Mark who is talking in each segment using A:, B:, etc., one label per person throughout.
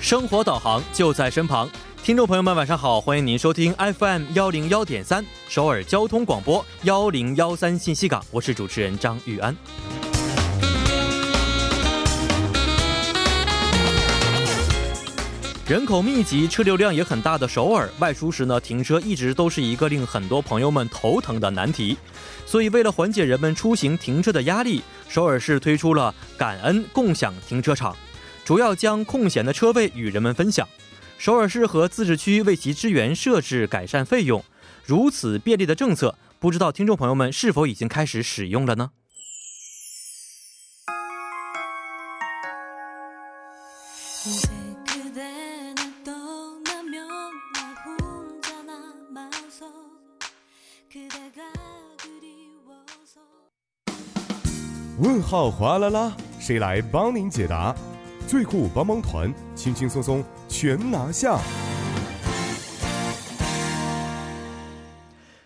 A: 生活导航就在身旁。听众朋友们，晚上好，欢迎您收听 FM 幺零幺点三首尔交通广播幺零幺三信息港，我是主持人张玉安。人口密集、车流量也很大的首尔，外出时呢，停车一直都是一个令很多朋友们头疼的难题。所以，为了缓解人们出行停车的压力，首尔市推出了感恩共享停车场，主要将空闲的车位与人们分享。首尔市和自治区为其支援设置改善费用，如此便利的政策，不知道听众朋友们是否已经开始使用了呢？
B: 이제 그대는 떠나면 나 혼자 남아서 그대가 그리워서
C: 问号哗啦啦，谁来帮您解答？最酷帮帮团，轻轻松松全拿下。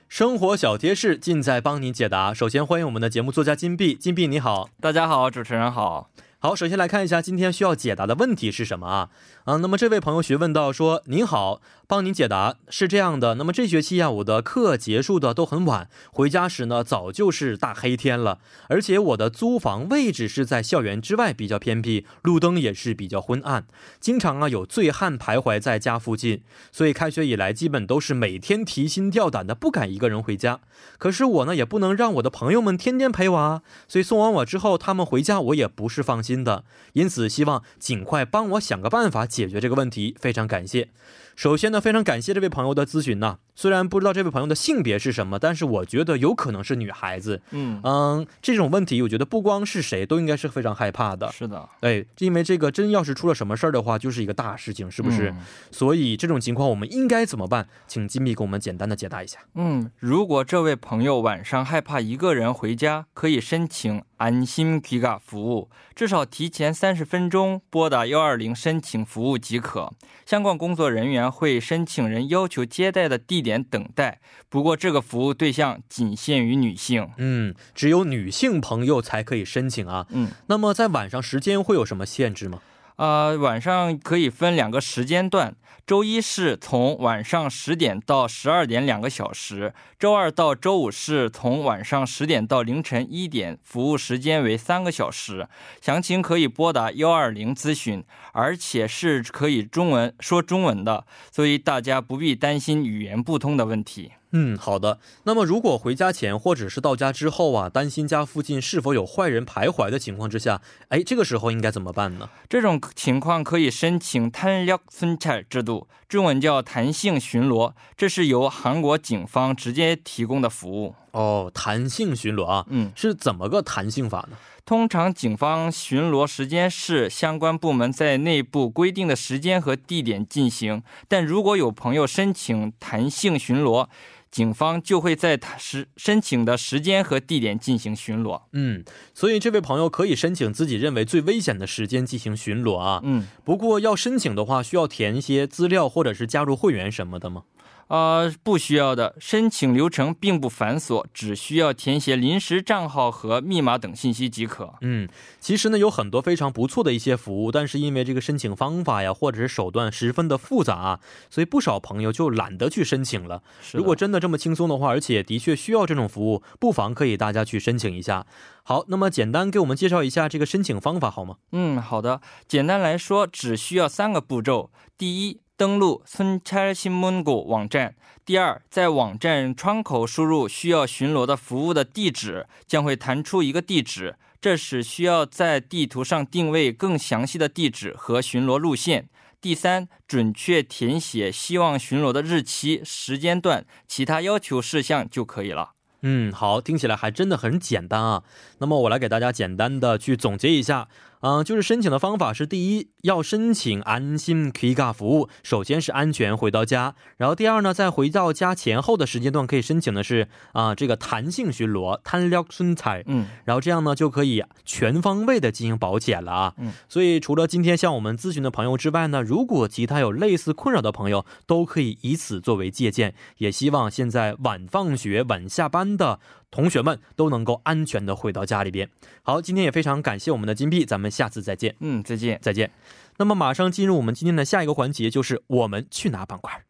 A: 生活小贴士尽在帮您解答。首先欢迎我们的节目作家金币，金币你好。
D: 大家好，主持人好。
A: 好，首先来看一下今天需要解答的问题是什么啊？啊，那么这位朋友询问到说：“您好，帮您解答是这样的，那么这学期呀、啊我的课结束的都很晚，回家时呢早就是大黑天了，而且我的租房位置是在校园之外，比较偏僻，路灯也是比较昏暗，经常啊有醉汉徘徊在家附近，所以开学以来基本都是每天提心吊胆的，不敢一个人回家。可是我呢也不能让我的朋友们天天陪我啊，所以送完我之后，他们回家我也不是放心的，因此希望尽快帮我想个办法解决这个问题，非常感谢。首先呢，非常感谢这位朋友的咨询呐、虽然不知道这位朋友的性别是什么，但是我觉得有可能是女孩子。
D: 嗯，
A: 嗯，这种问题我觉得不光是谁都应该是非常害怕的。
D: 是的，
A: 哎，因为这个真要是出了什么事儿的话，就是一个大事情，是
D: 是
A: 不是？？所以这种情况我们应该怎么办？请金币给我们简单的解答一下。
D: 嗯，如果这位朋友晚上害怕一个人回家，可以申请安心귀가服务，至少提前三十分钟拨打幺二零申请服务即可。相关工作人员会申请人要求接待的地点等待，不过这个服务对象仅限于女性。
A: 嗯，只有女性朋友才可以申请啊。
D: 嗯，
A: 那么在晚上时间会有什么限制吗？
D: 呃，晚上可以分两个时间段，周一是从晚上十点到十二点两个小时，周二到周五是从晚上十点到凌晨一点，服务时间为三个小时。详情可以拨打幺二零咨询，而且是可以中文说中文的，所以大家不必担心语言不通的问题。
A: 嗯，好的。那么，如果回家前或者是到家之后啊，担心家附近是否有坏人徘徊的情况之下，哎，这个时候应该怎么办呢？
D: 这种情况可以申请탄력순찰制度，中文叫弹性巡逻，这是由韩国警方直接提供的服务。
A: 哦，弹性巡逻啊，
D: 嗯，
A: 是怎么个弹性法呢？
D: 通常警方巡逻时间是相关部门在内部规定的时间和地点进行，但如果有朋友申请弹性巡逻，警方就会在他时申请的时间和地点进行巡逻。
A: 嗯，所以这位朋友可以申请自己认为最危险的时间进行巡逻啊。
D: 嗯，
A: 不过要申请的话，需要填一些资料或者是加入会员什么的吗？
D: 呃，不需要的，申请流程并不繁琐，只需要填写临时账号和密码等信息即可。
A: 嗯，其实呢有很多非常不错的一些服务，但是因为这个申请方法呀，或者是手段十分的复杂、啊，所以不少朋友就懒得去申请了。
D: 是的
A: 如果真的这么轻松的话，而且的确需要这种服务，不妨可以大家去申请一下。好，那么简单给我们介绍一下这个申请方法好吗？
D: 嗯，好的。简单来说，只需要三个步骤：第一，登录孙差新闻谷网站；第二，在网站窗口输入需要巡逻的服务的地址，将会弹出一个地址，这时需要在地图上定位更详细的地址和巡逻路线。第三，准确填写希望巡逻的日期、时间段，其他要求事项就可以了。
A: 嗯，好，听起来还真的很简单啊。那么我来给大家简单的去总结一下，嗯、就是申请的方法是：第一，要申请安心 Kiga 服务，首先是安全回到家；然后第二呢，在回到家前后的时间段可以申请的是啊、这个弹性巡逻 t a n l o k s u n t a i
D: 嗯，
A: 然后这样呢就可以全方位的进行保险了啊。
D: 嗯
A: 所以除了今天向我们咨询的朋友之外呢，如果其他有类似困扰的朋友，都可以以此作为借鉴。也希望现在晚放学、晚下班的同学们都能够安全的回到家里边。好，今天也非常感谢我们的金币，咱们下次再见，
D: 嗯，再见。
A: 再见。那么马上进入我们今天的下一个环节，就是我们去哪板块。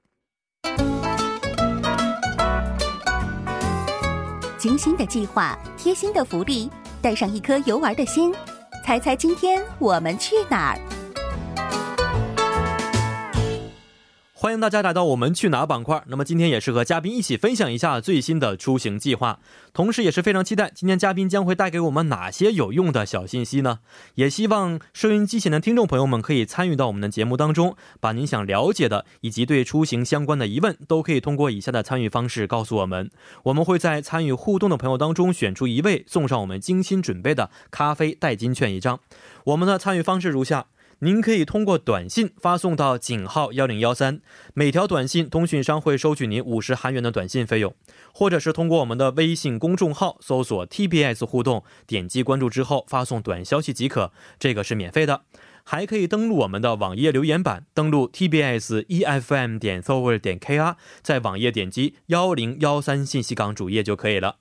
E: 精心的计划，贴心的福利，带上一颗游玩的心，猜猜今天我们去哪儿？
A: 欢迎大家来到我们去哪儿板块。那么今天也是和嘉宾一起分享一下最新的出行计划，同时也是非常期待今天嘉宾将会带给我们哪些有用的小信息呢？也希望收音机前的听众朋友们可以参与到我们的节目当中，把您想了解的以及对出行相关的疑问，都可以通过以下的参与方式告诉我们。我们会在参与互动的朋友当中选出一位，送上我们精心准备的咖啡代金券一张。我们的参与方式如下。您可以通过短信发送到井号幺零幺三，每条短信通讯商会收取您五十韩元的短信费用，或者是通过我们的微信公众号搜索 TBS 互动，点击关注之后发送短消息即可，这个是免费的。还可以登录我们的网页留言板，登录 tbs efm E 点 s o v e r 点 kr，在网页点击幺零幺三信息港主页就可以了。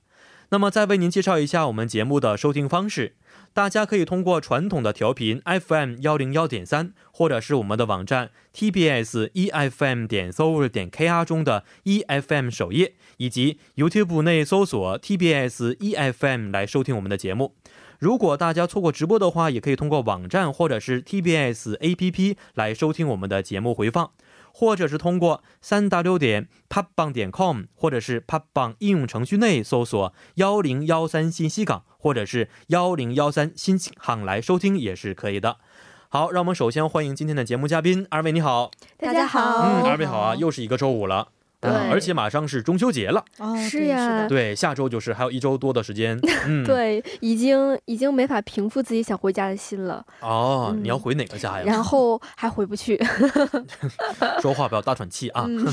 A: 那么再为您介绍一下我们节目的收听方式，大家可以通过传统的调频 FM 幺零幺点三，或者是我们的网站 TBS EFM 点 s o v e r 点 KR 中的 EFM 首页，以及 YouTube 内搜索 TBS EFM 来收听我们的节目。如果大家错过直播的话，也可以通过网站或者是 TBS APP 来收听我们的节目回放。或者是通过三 w 点 p u b b a n g 点 com，或者是 p u b b a n g 应用程序内搜索幺零幺三信息港，或者是幺零幺三新港来收听也是可以的。好，让我们首先欢迎今天的节目嘉宾，二位你好，
F: 大家
G: 哦
F: 好
A: 嗯，二位好啊，又是一个周五了。嗯，
F: 对
A: 而且马上是中秋节了，
F: 哦对
G: 是
F: 的
G: 呀，
A: 对，下周就是还有一周多的时 间，嗯，，
G: 嗯对，已经已经没法平复自己想回家的心了，
A: 哦，
G: 嗯
A: 你要回哪个家呀？
G: 然后还回不去。
A: 说话不要大喘气啊！
G: 嗯，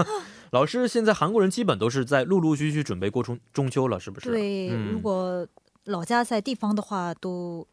A: 老师，现在韩国人基本都是在陆陆续续准备过中中秋了，是不是？，
F: 对，
A: 嗯
F: 如果老家在地方的话，都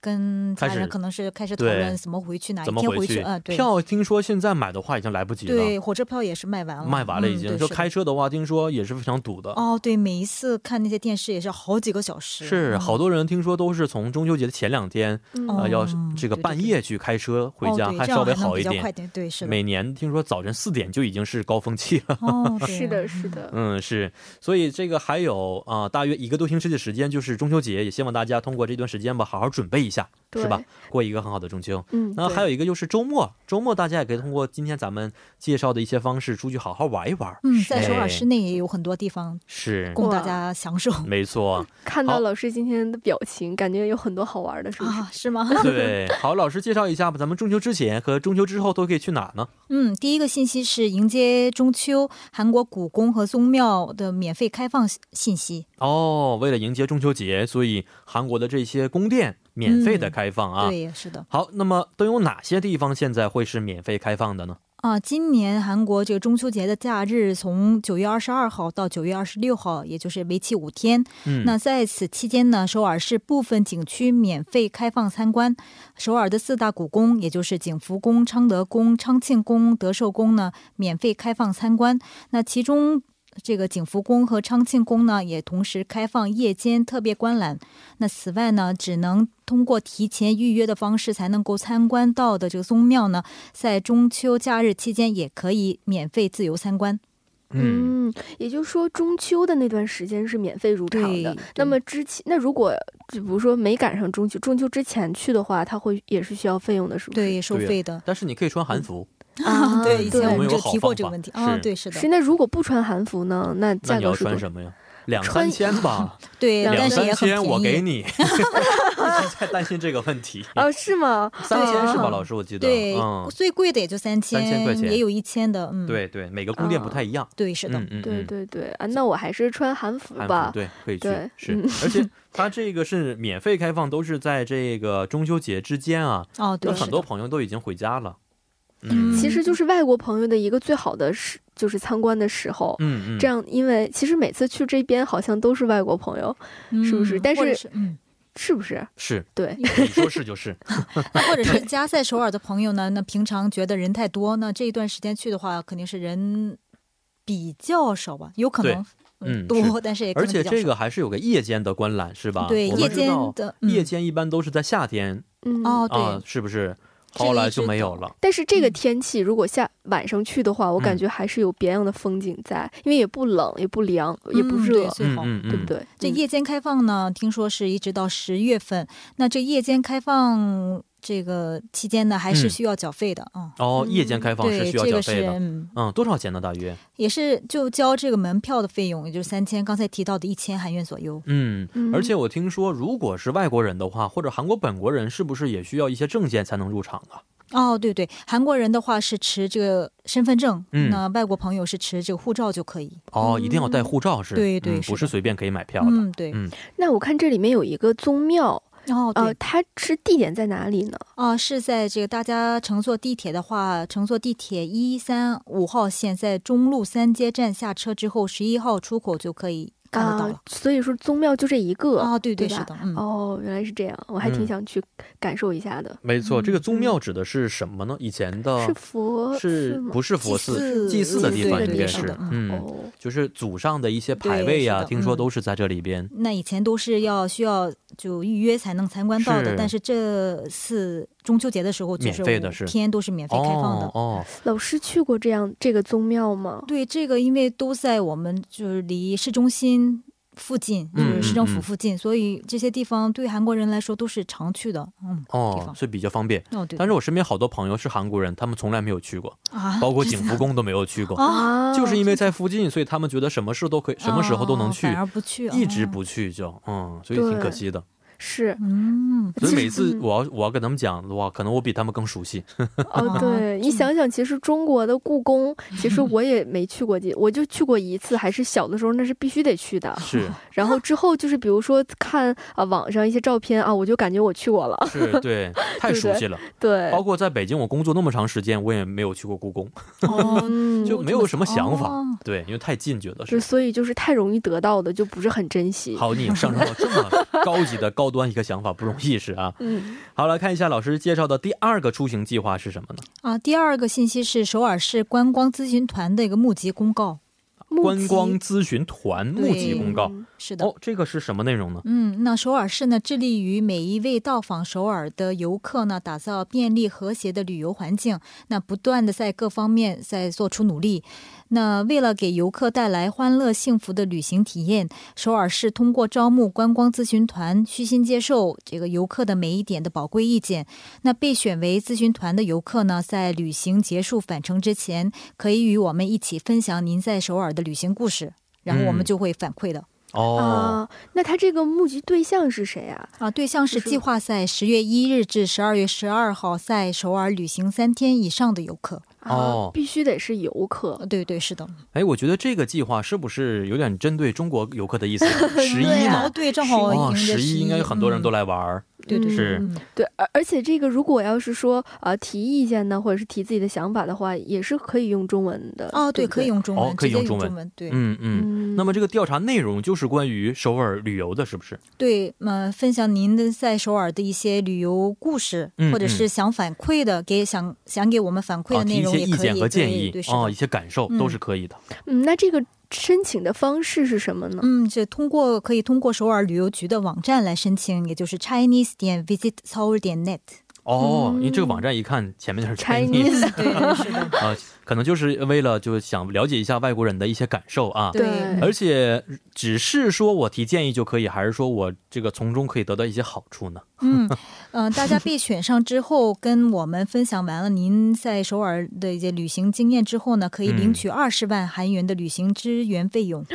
F: 跟
A: 开
F: 家人
A: 始
F: 可能是开始讨
A: 对
F: 论怎么回去，哪一
A: 怎么
F: 天
A: 回
F: 去啊、对，
A: 票听说现在买的话已经来不及了，
F: 对，火车票也是卖完了，
A: 卖完了已
F: 嗯
A: 经。
F: 对
A: 说
F: 是的
A: 开车的话，听说也是非常堵的。
F: 哦，对，每一次看那些电视也是好几个小时，
A: 是，
F: 嗯
A: 好多人听说都是从中秋节的前两天，
F: 哦
A: 呃，要是
F: 嗯
A: 这个
F: 对对
A: 半
F: 对
A: 夜去开车回
F: 哦
A: 家，
F: 对
A: 还
F: 这样
A: 稍微
F: 还能
A: 好一
F: 比较快
A: 点。
F: 点，对，是的，
A: 每年听说早晨四点就已经是高峰期了。
F: 哦，对
G: 是的，是，的，
A: 嗯，是，所以这个还有啊、大约一个多星期的时间，就是中秋节，也希望大家通过这段时间吧，好好准备一下，
G: 对
A: 是吧？？过一个很好的中秋。
G: 嗯，
A: 那
F: 对
A: 还有一个就是周末，周末大家也可以通过今天咱们介绍的一些方式出去好好玩一玩。
F: 嗯，在
A: 是
F: 首尔市内也有很多地方
A: 是，
F: 供
G: 哇
F: 大家享受
A: 没 错。
G: 看
A: 好
G: 到老师今天的表情，感觉有很多好玩的，是不是？
F: 啊，是吗？
A: 对，好，老师介绍一下吧，咱们中秋之前和中秋之后都可以去哪呢？
F: 嗯，第一个信息是迎接中秋，韩国古宫和宗庙的免费开放信息。
A: 哦，为了迎接中秋节，所以韩国的这些宫殿免费的开放啊。
F: 对，是的
A: 好，那么都有哪些地方现在会是免费开放的呢？
F: 啊，今年韩国这个中秋节的假日从九月二十二号到九月二十六号，也就是为期五天。
A: 嗯，
F: 那在此期间呢，首尔市部分景区免费开放参观。首尔的四大古宫，也就是景福宫、昌德宫、昌庆宫、德寿宫呢，免费开放参观。那其中。这个景福宫和昌庆宫呢，也同时开放夜间特别观览。那此外呢，只能通过提前预约的方式才能够参观到的这个宗庙呢，在中秋假日期间也可以免费自由参观。
A: 嗯，
G: 也就是说中秋的那段时间是免费入场的
F: 对。
G: 那么之前，那如果就比如说没赶上中秋，中秋之前去的话，它会也是需要费用的，是不是？
F: 对，收
A: 对
F: 费的。
A: 但是你可以穿韩服，
F: 嗯
G: 啊，
F: 对，以前
A: 我
F: 我
A: 们
F: 们
A: 有
F: 就
A: 好
F: 提过
A: 方
F: 这个
A: 法
F: 问题啊
A: 是，
F: 对，是的
G: 是。那如果不穿韩服呢？那
A: 那
G: 价
A: 你要
G: 格是多
A: 穿
G: 少？
A: 什么呀？
F: 嗯
A: 两三
G: 穿
A: 千吧，
F: 对，
G: 两
A: 两
F: 但是也
A: 三千
F: 很便宜。
A: 我给 你。一直在担心这个问题，
G: 啊，是吗？
A: 三千是吧，
G: 啊
A: 老师？我记得，
F: 对，
A: 嗯，
F: 最贵的也就三千，
A: 3000块钱
F: 也有一千的，嗯，
A: 对对，每个宫殿不太一样。
F: 对，是的，
A: 嗯嗯，
G: 对
A: 嗯
G: 对对啊，那我还是穿韩服
A: 韩
G: 吧
A: 服。对，可以去
G: 对
A: 是
G: 嗯，
A: 而 且它这个是免费开放，都是在这个中秋节之间啊，
F: 哦，对，
A: 有
F: 是的
A: 很多朋友都已经回家了。
F: 嗯
G: 其实就是外国朋友的一个最好的时，就是参观的时候。
A: 嗯嗯，
G: 这样，因为其实每次去这边好像都是外国朋友，是不是
F: 嗯
G: 但
F: 或者
G: 是
F: 是嗯，
G: 是不是？
A: 是
G: 对，
A: 你说是就是，
F: 那或者是家在首尔的朋友呢，那平常觉得人太多，那这一段时间去的话，肯定是人比较少吧，有可
A: 对
F: 能
A: 嗯
F: 多，但是也可
A: 而
F: 能
A: 且
F: 比较
A: 这
F: 少。
A: 个还是有个夜间的观览是吧？
F: 对，
A: 我
F: 夜
A: 们知
F: 间
A: 道
F: 的
A: 夜
F: 嗯
A: 间一般都是在夏天
G: 嗯，
F: 哦，对，
A: 啊，是不是？后来就没有了。
G: 但是这个
F: 嗯
G: 天气，如果下晚上去的话，我感
A: 嗯
G: 觉还是有别样的风景在，因为也不冷，也不凉，也不
F: 嗯
G: 热
F: 对，最好。
A: 嗯嗯
G: 对不
A: 嗯，
G: 对？
F: 这
G: 嗯
F: 夜间开放呢，听说是一直到十月份。那这夜间开放这个期间呢，还是
A: 嗯
F: 需要缴费的啊。
A: 哦，夜间
G: 嗯
A: 开放是
F: 对，
A: 需要
F: 这
A: 缴
F: 个是
A: 费的。
F: 嗯，
A: 嗯，多少钱呢？大约？
F: 也是就交这个门票的费用，也就是三千，刚才提到的一千韩元左右。
A: 嗯，
G: 嗯
A: 而且我听说，如果是外国人的话，或者韩国本国人，是不是也需要一些证件才能入场啊？
F: 哦，对对，韩国人的话是持这个身份证，
A: 嗯
F: 那外国朋友是持这个护照就可以。
A: 哦，一定要带护照是？
F: 嗯对对
A: 嗯
F: 是
A: 不是
F: 的
A: 随便可以买票的。
F: 嗯，对
A: 嗯。
G: 那我看这里面有一个宗庙，
F: 哦，对
G: 呃，，它是地点在哪里呢？
F: 啊、是在这个大家乘坐地铁的话，乘坐地铁一三五号线，在中路三街站下车之后，十一号出口就可以看得到了
G: 啊。，所以说宗庙就这一个。
F: 啊，对对，
G: 对吧
F: 是的，嗯，
G: 哦，原来是这样，我还
A: 嗯
G: 挺想去感受一下的。
A: 没错，这个宗
G: 嗯
A: 庙指的是什么呢？以前
F: 哦
A: 的
G: 是佛
A: 是
G: 吗？
A: 不是佛
F: 祭
A: 寺
F: 祀
A: 祭祀的地方
G: 祭祀的
A: 应
G: 地
A: 该
G: 方
A: 是
F: 的，
A: 嗯，
G: 哦，
A: 就是祖上的一些牌
F: 对
A: 位
F: 是
A: 啊，
F: 的
A: 听说
F: 嗯
A: 都是在这里边。
F: 那以前都是要需要就预约才能参观到
A: 是
F: 的，但是这次中秋节的时候，就
A: 免
F: 是
A: 费的
F: 五
A: 是
F: 天都是免费开放的。
A: 哦哦，
G: 老师去过这样这个宗庙吗？
F: 对，这个因为都在我们就是离市中心附近，就
A: 嗯
F: 是市政
A: 嗯
F: 府
A: 嗯
F: 附近，所以这些地方对韩国人来说都是常去的。嗯，地
A: 哦
F: 方
A: 所以比较方便。
F: 哦对
A: 但是我身边好多朋友是韩国人，他们从来没有去过，
F: 啊，
A: 包括景福宫都没有去过，
F: 啊，
G: 啊，
A: 就是因为在附近，所以他们觉得什么事都可以， 什么时候都能
F: 哦
A: 去
F: 反，而不去，
A: 一直
F: 哦。
A: 不去就嗯，所以挺可
G: 对
A: 惜的。
G: 是
F: 嗯，
A: 所以
G: 其
A: 每
G: 实
A: 次
G: 嗯
A: 我要我要跟他们讲的话，可能我比他们更熟悉。啊
G: 哦，对你想想，其实中国的故宫，其实我也没去过几，我就去过一次，还是小的时候，那是必须得去的。
A: 是
G: 然后之后就是比如说看啊网上一些照片啊，我就感觉我去过 了。
A: 是， 对，太
G: 对不
A: 熟
G: 对
A: 悉了。
G: 对，
F: 呃
A: 包括在北京，我工作那么长时间，我也没有去过故宫。
F: 哦，
G: 嗯，
A: 就没有什么想法，
F: 哦
A: 对，因为太近觉得。
G: 就是所以就是太容易得到的，就不是很珍惜。
A: 好，你上升到这么高级的高端一个想法不容易是啊。
G: 嗯，
A: 好，来看一下老师介绍的第二个出行计划是什么呢？
F: 啊。第二个信息是首尔市观光咨询团的一个募集公告，
G: 募
A: 观
G: 集
A: 光咨询团募集
F: 对
A: 公告。
G: 嗯
F: 是的。
A: 哦，这个是什么内容呢？
F: 嗯，那首尔市呢，致力于每一位到访首尔的游客呢，打造便利和谐的旅游环境。那不断的在各方面在做出努力。那为了给游客带来欢乐幸福的旅行体验，首尔市通过招募观光咨询团，虚心接受这个游客的每一点的宝贵意见。那被选为咨询团的游客呢，在旅行结束返程之前，可以与我们一起分享您在首尔的旅行故事，然后我
A: 嗯
F: 们就会反馈的。
A: 哦，
G: 啊，那他这个募集对象是谁啊？
F: 啊，对象是
G: 就是
F: 计划在十月一日至十二月十二号在首尔旅行三天以上的游客。
G: 啊
A: 哦
G: 必须得是游客
F: 呃，。对对，是的，
A: 哎，我觉得这个计划是不是有点针对中国游客的 意思？十一
F: 对
A: 嘛，
F: 对，正好迎
A: 哦，
F: 着
A: 十一应该有很多人都
F: 来，
A: 来玩儿。
F: 嗯对对对
A: 是
F: 嗯
G: 对，而而且这个如果要是说呃提意见呢，或者是提自己的想法的话，也是可以用中文的。
F: 哦，对，
G: 不
F: 可以。用中
A: 哦
F: 文，
A: 可以
F: 直接
A: 用中文
F: 中文，对
A: 嗯嗯。
G: 嗯，
A: 那么这个调查内容就是关于首尔旅游的，是不是？
F: 对，呃，分享您的在首尔的一些旅游故事，
A: 嗯
F: 或者
A: 嗯
F: 是想反馈的，给想想给我们反馈
A: 啊，
F: 的
A: 提
F: 内
A: 一
F: 容
A: 些
F: 也可以，
A: 意见和建议
F: 对对是的
A: 啊，一些感受都是可以的。
G: 嗯，那这个申请的方式是什么呢？
F: 嗯，这通过可以通过首尔旅游局的网站来申请，也就是 Chinese 点 visit Seoul 点 net。
A: 哦，因为这个
G: 嗯
A: 网站一看前面就是 Chinese
G: Chinese
F: 对，对是的，
A: 啊、 可能就是为了就是想了解一下外国人的一些感受啊。
F: 对
G: 对
A: 而且只是说我提建议就可以，还是说我这个从中可以得到一些好处 呢？
F: 嗯，呃，大家被选上之后，跟我们分享完了您在首尔的一些旅行经验之后呢，可以
A: 嗯
F: 领取二十万韩元的旅行支援费用。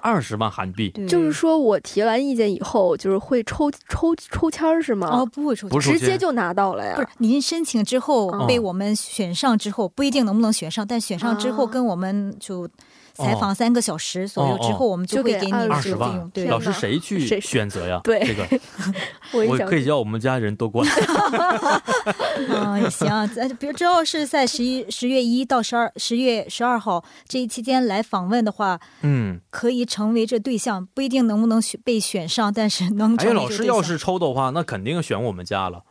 A: 二十万韩币
F: 对，
G: 就是说我提完意见以后，就是会抽抽抽签儿是吗？
F: 哦，不会出
A: 不是抽
G: 直
A: 签
G: 接就拿到了呀
F: 不。是您申请之后
A: 哦
F: 被我们选上之后，不一定能不能选上，但选上之后
G: 啊
F: 跟我们就采访三个小时左右之
A: 哦
F: 后，我们就
G: 就
F: 会
G: 给
F: 给你
A: 二
G: 20
F: 这
A: 十
F: 个费
A: 万
F: 用。，对
A: 老，师谁去
G: 谁
A: 选择呀？
G: 对
A: 这个
G: 我也
A: 我
G: 想
A: 可以叫我们家人都过来。
F: 嗯，也行。咱比如之后是在十一十月一到十二十月十二号这一期间来访问的话，
A: 嗯，
F: 可以成为这对象，不一定能不能选被选上，但是能
A: 哎呀，
F: 成为这
A: 老师
F: 对象。
A: 要是抽的话，那肯定选我们家了。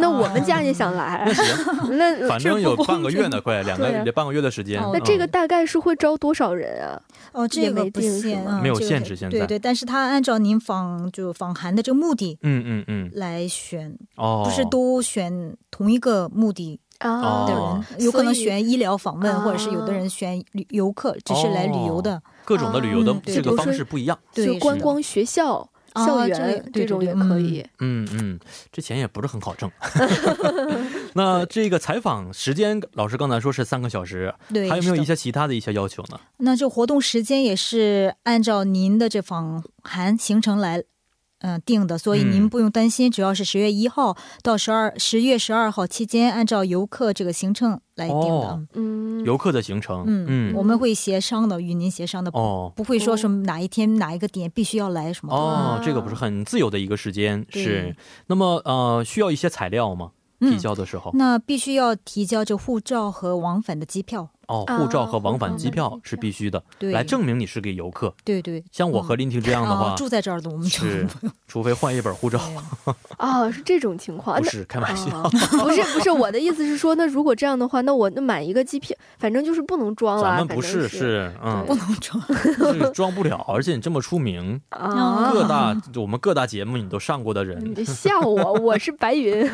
G: 那我们家也想
F: 哎
G: 来，那
A: 反
G: 这
A: 正
G: 不
A: 有
G: 公
A: 半个月
G: 平
A: 呢，嗯快两个
G: 对啊
A: 得半个月的时间。
F: 哦
G: 那这
A: 嗯
G: 个大概是会招多少人啊？
F: 哦，这个
G: 没
F: 不
G: 定是
F: 限
G: 吗
F: 啊，
A: 没有
F: 这个
A: 限
F: 得
A: 制现在
F: 对对，但是他按照您访就访韩的这个目的
A: 嗯嗯嗯，
F: 来选，
A: 哦，
F: 不是都选同一个目的
A: 哦
G: 啊
F: 的人，有可能
G: 所以
F: 选医疗访问，
G: 啊
F: 或者是有的人选旅游客，只是来旅游的。
A: 各种的旅游的
F: 嗯对
A: 这个
G: 比如
A: 方
G: 说
A: 式不一样。
F: 对，
G: 就是观
F: 的
G: 光学校、
F: 啊
G: 校
F: 这
G: 园
F: 对
G: 这种
F: 对
G: 也
F: 对
G: 可
F: 嗯
G: 以。
A: 嗯嗯，这钱也不是很好 挣。 那这个采访时间，老师刚才说是三个小时，
F: 对，
A: 还有没
F: 是
A: 有
F: 的
A: 一些其他的一些要求呢？
F: 那这活动时间也是按照您的这访韩行程来。嗯、定的，所以您
A: 嗯
F: 不用担心，只要是十月一号到十二十月十二号期间，按照游客这个行程来定的。
A: 哦
G: 嗯，
A: 游客的行程，
F: 嗯，
A: 嗯，
F: 我们会协商的，与您协商的，
A: 哦
F: 不会说
G: 哦
F: 什么哪一天哪一个点必须要来什么的。
A: 哦
G: 啊，
A: 这个不是很自由的一个时间，
F: 嗯对
A: 是。那么呃，需要一些材料吗？提
F: 嗯，
A: 交的时候，
F: 那必须要提交这护照和往返的机票。
A: 哦，
G: 啊
A: 护照和往返
G: 护照
A: 机
G: 和
A: 票
G: 机
A: 是必须的，
F: 嗯对，
A: 来证明你是个游客。
F: 对对。
A: 像我和林婷这样的
F: 啊、
A: 话，，
F: 住在这儿的我们就是
A: 除非换一本护照，
G: 啊，是这种情况。
A: 不
G: 哦那
A: 是开玩笑。
G: 啊不是不是，我的意思是说，那如果这样的话，那我那买一个机票，反正就是不能装了啊。
A: 咱们
G: 反
A: 不
G: 正
A: 是
G: 是
A: 是，嗯
G: 对，
F: 不能装。
A: 是装不了，而且你这么出名，
G: 啊，
A: 各大就我们各大节目你都上过的
G: 你
A: 人
G: 别吓我，我是 白云。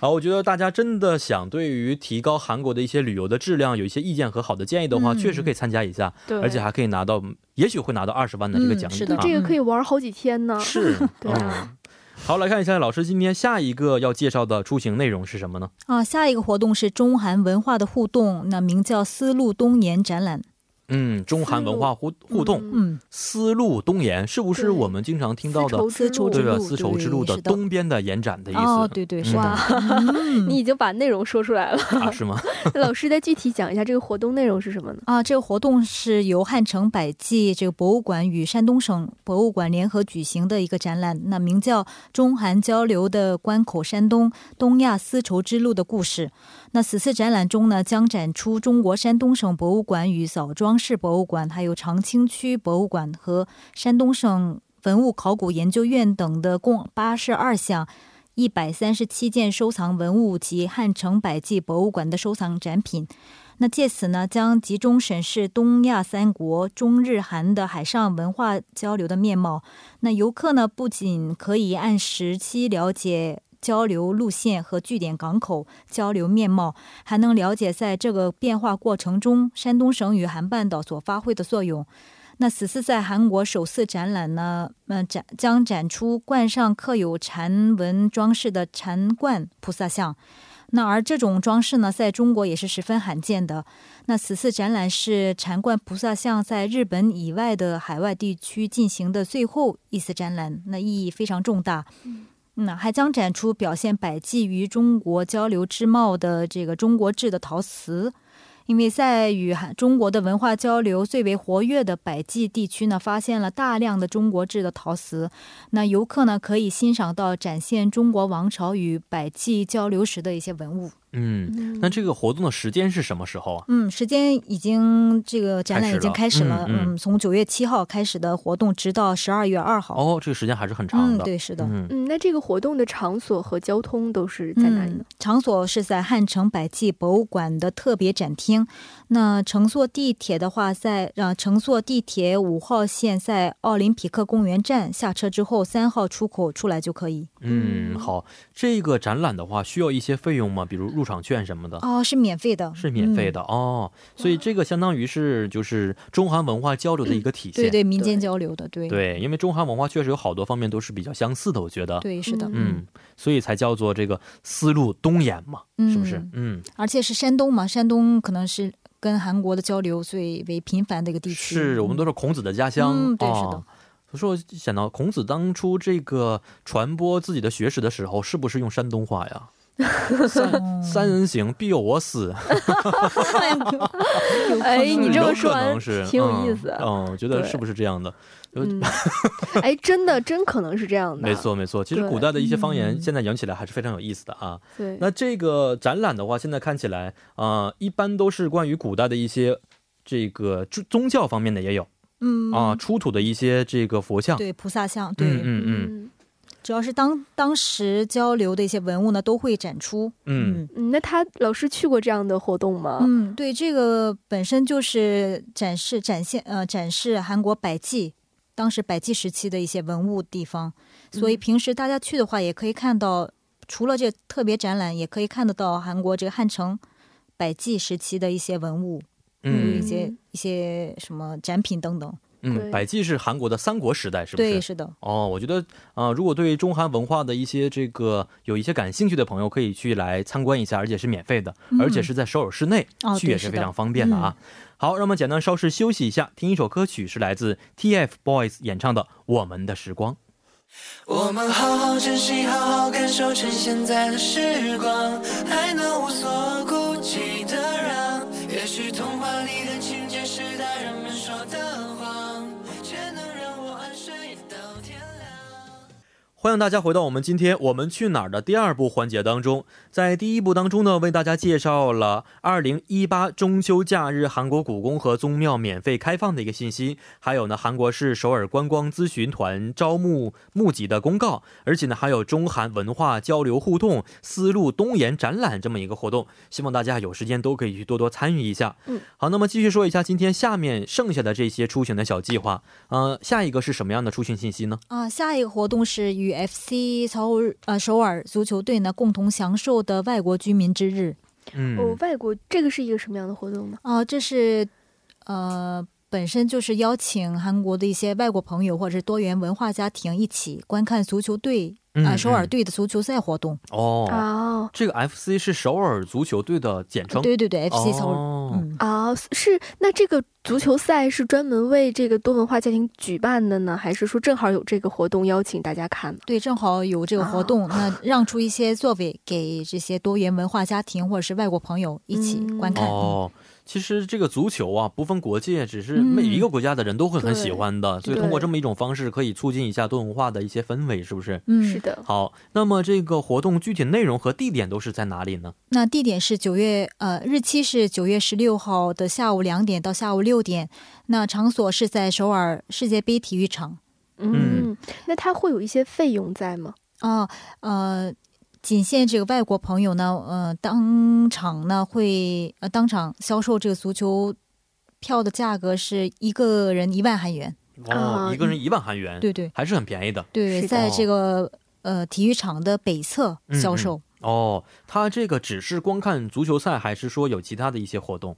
A: 啊，我觉得大家真的想对于提高韩国的一些旅游的质量有一些意见和好的建议的话，
F: 嗯
A: 确实可以参加一下，
G: 对，
A: 而且还可以拿到，也许会拿到二十万的这个
F: 嗯
A: 奖
F: 是
A: 励
F: 的
A: 啊
G: 这个可以玩好几天呢。
A: 是，
G: 对啊
A: 嗯。好，来看一下老师今天下一个要介绍的出行内容是什么呢？
F: 啊，下一个活动是中韩文化的互动，那名叫“丝路东延”展览。
A: 嗯，中韩文化互互动，
G: 嗯，
F: 嗯，
A: 丝路东沿是不是
G: 对
A: 我们经常听到的？
G: 丝绸
F: 绸
G: 之
F: 之
A: 对
G: 路，
A: 吧？
F: 路
A: 丝绸之路的
F: 对是的
A: 东边的延展的意思、
F: 哦，对对，是的。
A: 哇
F: 嗯
G: 你已经把内容说出来 了。
A: 啊，是 吗？
G: 那老师再具体讲一下这个活动内容是什么呢？
F: 啊，这个活动是由汉城百济这个博物馆与山东省博物馆联合举行的一个展览，那名叫《中韩交流的关口山东东亚丝绸之路的故事》。那此次展览中呢，将展出中国山东省博物馆与枣庄市博物馆，还有长清区博物馆和山东省文物考古研究院等的共八十二项。一百三十七件收藏文物及汉城百济博物馆的收藏展品，那借此呢，将集中审视东亚三国、中日韩的海上文化交流的面貌。那游客呢，不仅可以按时期了解。交流路线和据点港口交流面貌，还能了解在这个变化过程中，山东省与韩半岛所发挥的作用。那此次在韩国首次展览呢，嗯、展将展出冠上刻有禅文装饰的禅冠菩萨像，那而这种装饰呢，在中国也是十分罕见的。那此次展览是禅观菩萨像在日本以外的海外地区进行的最后一次展览，那意义非常重大。那还将展出表现百济与中国交流之貌的这个中国制的陶瓷。因为在与韩中国的文化交流最为活跃的百济地区呢，发现了大量的中国制的陶瓷，那游客呢可以欣赏到展现中国王朝与百济交流时的一些文物。
A: 嗯，那这个活动的时间是什么时候啊？
F: 嗯，时间已经这个展览已经开始了，
A: 开始了嗯
F: 嗯，从九月七号开始的活动，直到十二月二号。
A: 哦，这个时间还是很长
F: 嗯，
A: 的。
F: 对，是的。
A: 嗯
G: 嗯，那这个活动的场所和交通都是在哪里呢
F: 嗯？？场所是在汉城百济博物馆的特别展厅。那乘坐地铁的话在，呃乘坐地铁五号线，在奥林匹克公园站下车之后，三号出口出来就可以。
A: 嗯，好，这个展览的话需要一些费用吗？比如入场券什么的，
F: 哦，是免费的，
A: 是免费
F: 嗯
A: 的、哦。所以这个相当于是就是中韩文化交流的一个体现。
F: 对对，民间
G: 对
F: 交流的，对
A: 对因为中韩文化确实有好多方面都是比较相似的，我觉得。
F: 对是的，
A: 嗯，所以才叫做这个丝路东延嘛，
F: 嗯，
A: 是不是？嗯，
F: 而且是山东嘛，山东可能是跟韩国的交流最为频繁的一个地区。
A: 是
G: 嗯
A: 我们都是孔子的家乡。
F: 嗯对是的
A: 哦所以说，我想到孔子当初这个传播自己的学识的时候，是不是用山东话呀？
F: 嗯
G: 嗯
A: 三三人行，必有我师。
G: 哎，你这
A: 有
G: 么
A: 可
G: 说
A: 能
G: 完
A: 是
G: 挺有意思啊
A: 嗯。嗯，我觉得
G: 对
A: 是不是这样的？有
G: 嗯，哎，真的，真可能是这样的。
A: 没，错，没错。其实
G: 嗯对
A: 古代的一些方言
F: 嗯
A: 现在讲起来还是非常有意思的啊。
G: 对，
A: 那这个展览的话，现在看起来啊、呃一般都是关于古代的一些这个宗宗教方面的也有啊
F: 嗯
A: 啊，出土的一些这个佛像。嗯
F: 对菩萨像，对、
A: 嗯嗯嗯，
F: 主要是当当时交流的一些文物呢都会展出。
A: 嗯，
G: 嗯，那他老师去过这样的活动吗？
F: 嗯，对，这个本身就是展示、展现呃展示韩国百济，当时百济时期的一些文物地方，所以
G: 嗯
F: 平时大家去的话，也可以看到，除了这特别展览，也可以看得到韩国这个汉城百济时期的一些文物，
A: 嗯
F: 一些
G: 嗯
F: 一些什么展品等等。
A: 嗯，
G: 对
A: 百济是韩国的三国时代，是不
F: 对，
A: 是？
F: 是的，
A: 哦，我觉得啊、呃如果对中韩文化的一些这个有一些感兴趣的朋友，可以去来参观一下，而且是免费的，
F: 嗯
A: 而且是在首尔市内、
F: 哦
A: 去
F: 对
A: 也是
F: 是
A: 非
F: 的嗯
A: 常方便的啊。好，让我们简单稍事休息一下，听一首歌曲，是来自 TFBOYS 演唱的《我们的时光》。
H: 我们好好珍惜，好好感受趁现在的时光，还能无所顾忌的让。也许童话里的情节是大人们说的谎，却能让我安睡到天亮。
A: 欢迎大家回到我们今天我们去哪儿的第二部环节当中。在第一部当中呢，为大家介绍了2018中秋假日韩国古宫和宗庙免费开放的一个信息，还有呢韩国市首尔观光咨询团招募募集的公告，而且呢还有中韩文化交流互动丝路东延展览这么一个活动，希望大家有时间都可以去多多参与一下。
G: 嗯，
A: 好，那么继续说一下今天下面剩下的这些出行的小计划。呃，下一个是什么样的出行信息呢？
F: 啊，下一个活动是与 FC 首尔呃首尔足球队呢共同享受的外国居民之日
A: 嗯，
G: 哦，外国这个是一个什么样的活动呢？
F: 啊、这是呃本身就是邀请韩国的一些外国朋友或者是多元文化家庭一起观看足球队啊、
A: 嗯
F: 首尔
A: 嗯
F: 队的足球赛活动。
A: 哦，
F: 啊
G: 哦
A: 这个 FC 是首尔足球队的简称，
F: 对对对，FC 首尔，
A: 哦
F: 嗯，
G: 啊，是那这个足球赛是专门为这个多文化家庭举办的呢，还是说正好有这个活动邀请大家看呢？
F: 对，正好有这个活动，
A: 啊
F: 那让出一些座位给这些多元文化家庭或者是外国朋友一起
G: 嗯
F: 观看。
A: 哦，其实这个足球啊，不分国界，只是
F: 嗯
A: 每一个国家的人都会很喜欢的，所以通过
G: 对
A: 这么一种方式，可以促进一下多文化的一些氛围，是不是？
F: 嗯，
G: 是的，
A: 好，那么这个活动具体内容和地点都是在哪里呢？
F: 那地点是九月，呃，日期是九月十六号的下午两点到下午六点。那场所是在首尔世界杯体育场。
A: 嗯
G: 嗯，那它会有一些费用在吗？
F: 啊，呃，仅限这个外国朋友呢，呃，当场呢会呃当场销售这个足球票的价格是一个人一万韩元。
A: 哦，
G: 啊
A: 一个人一万韩元，
F: 嗯对对
A: 嗯还是很便宜的。哦嗯
G: 是
F: 对，
G: 的
F: 在这个呃体育场的北侧销售。
A: 哦，它这个只是光看足球赛，还是说有其他的一些活动？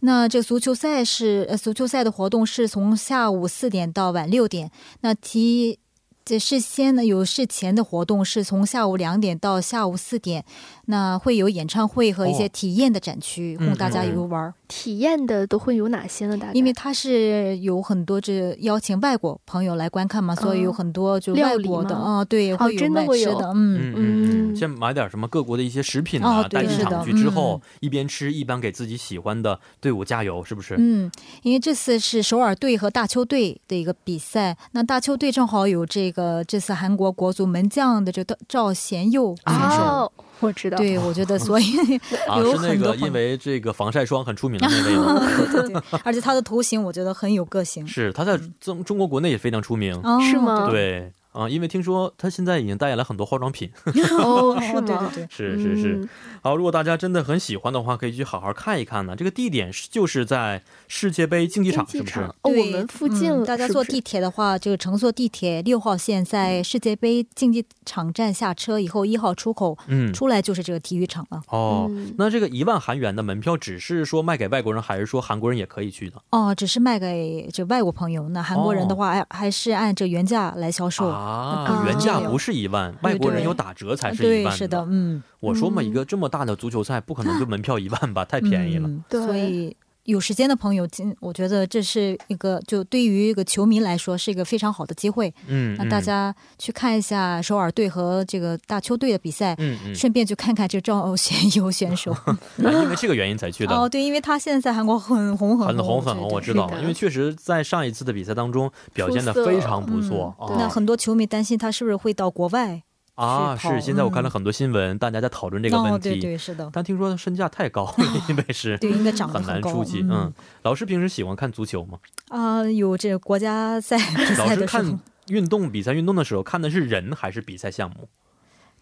F: 那这足球赛是呃足球赛的活动是从下午四点到晚六点。那提这事先呢有事前的活动是从下午两点到下午四点，那会有演唱会和一些
A: 哦
F: 体验的展区
A: 嗯
F: 供大家
A: 嗯嗯
F: 游玩儿。
G: 体验的都会有哪些呢？大概
F: 因为它是有很多这邀请外国朋友来观看嘛，所以有
G: 哦
F: 很多就
G: 料
F: 外
G: 理
F: 国的
G: 吗
F: 啊、对，
G: 哦
F: 会有
G: 真的
F: 卖
G: 会
F: 吃
G: 有
F: 的，嗯
A: 嗯嗯嗯，
G: 嗯
A: 先买点什么各国的一些食品啊，
F: 哦对嗯
A: 带进
G: 是
A: 场
G: 的
A: 去之后，一边吃一边给自己喜欢的队伍加油，是不是？
F: 嗯，因为这次是首尔队和大邱队的一个比赛，那大邱队正好有这个这次韩国国足门将的这个赵贤佑选手，
G: 哦，我知道，
F: 对我觉 得所以
A: 啊，
F: 有
A: 是那
F: 很多
A: 个
F: 朋友
A: 因为这个防晒霜很出名的那位吗？
F: 对对对，而且他的头型我觉得很有个性，
A: 是他在
F: 嗯
A: 中中国国内也非常出名，
F: 哦
G: 是吗
A: 对啊，因为听说他现在已经代言了很多化妆品，
G: 哦，
F: 对
G: 是
F: 哦对
G: 吗
F: 对？对，
A: 是是是
G: 嗯。
A: 好，如果大家真的很喜欢的话，可以去好好看一看呢。这个地点是就是在世界杯竞技场，是
G: 竞
A: 不
G: 技
A: 是
G: 场？哦，我
F: 对
G: 们附近
F: 嗯
G: 了，
F: 大家
G: 是不
F: 坐
G: 是
F: 地铁的话，这个乘坐地铁六号线，
A: 嗯
F: 在世界杯竞技场站下车以后，一号出口
A: 嗯，
F: 出来就是这个体育场了。
A: 哦。
G: 嗯
A: 那这个一万韩元的门票，只是说卖给外国人，还是说韩国人也可以去的？
F: 哦，只是卖给这外国朋友，那韩国人的话，还、还是按这原价来销售。
A: 哦啊，
G: 嗯
A: 原价
F: 对
A: 不是一万，外国人有打折才是一
F: 呃对，
A: 万
F: 是的，嗯，
A: 我说嘛，
G: 嗯
A: 一个这么大的足球赛，不可能就门票一万吧，太便宜了。
F: 嗯
G: 对
F: 所以有时间的朋友，今我觉得这是一个，就对于一个球迷来说是一个非常好的机会，
A: 嗯，
F: 让
A: 嗯
F: 大，家去看一下首尔队和这个大邱队的比赛。
A: 嗯嗯，哎
F: 顺便去看看这赵 贤佑选手
A: 因为这个原因才去的。
F: 哦，对，因为他现在在韩国很红很
A: 很
F: 红，
A: 红很红，
F: 对
A: 我
F: 对
A: 知道
G: 是，的
A: 因为确实在上一次的比赛当中表现的
G: 出色
A: 非常不错
F: 嗯那
A: 啊
F: 很多球迷担心他是不是会到国外？
A: 啊！
F: 是跑嗯
A: 是，现在我看了很多新闻，大家在讨论这个
F: 哦，
A: 问
F: 对
A: 题，
F: 对，是的，
A: 但听说身价太高了，因为是
F: 对，应该长得
A: 很难
F: 高。嗯
A: 出嗯去。嗯，老师平时喜欢看足球吗？
F: 啊、有这国家赛比
A: 老
F: 赛
A: 师
F: 的时候
A: 看，运动比赛运动的时候看的是人还是比赛项目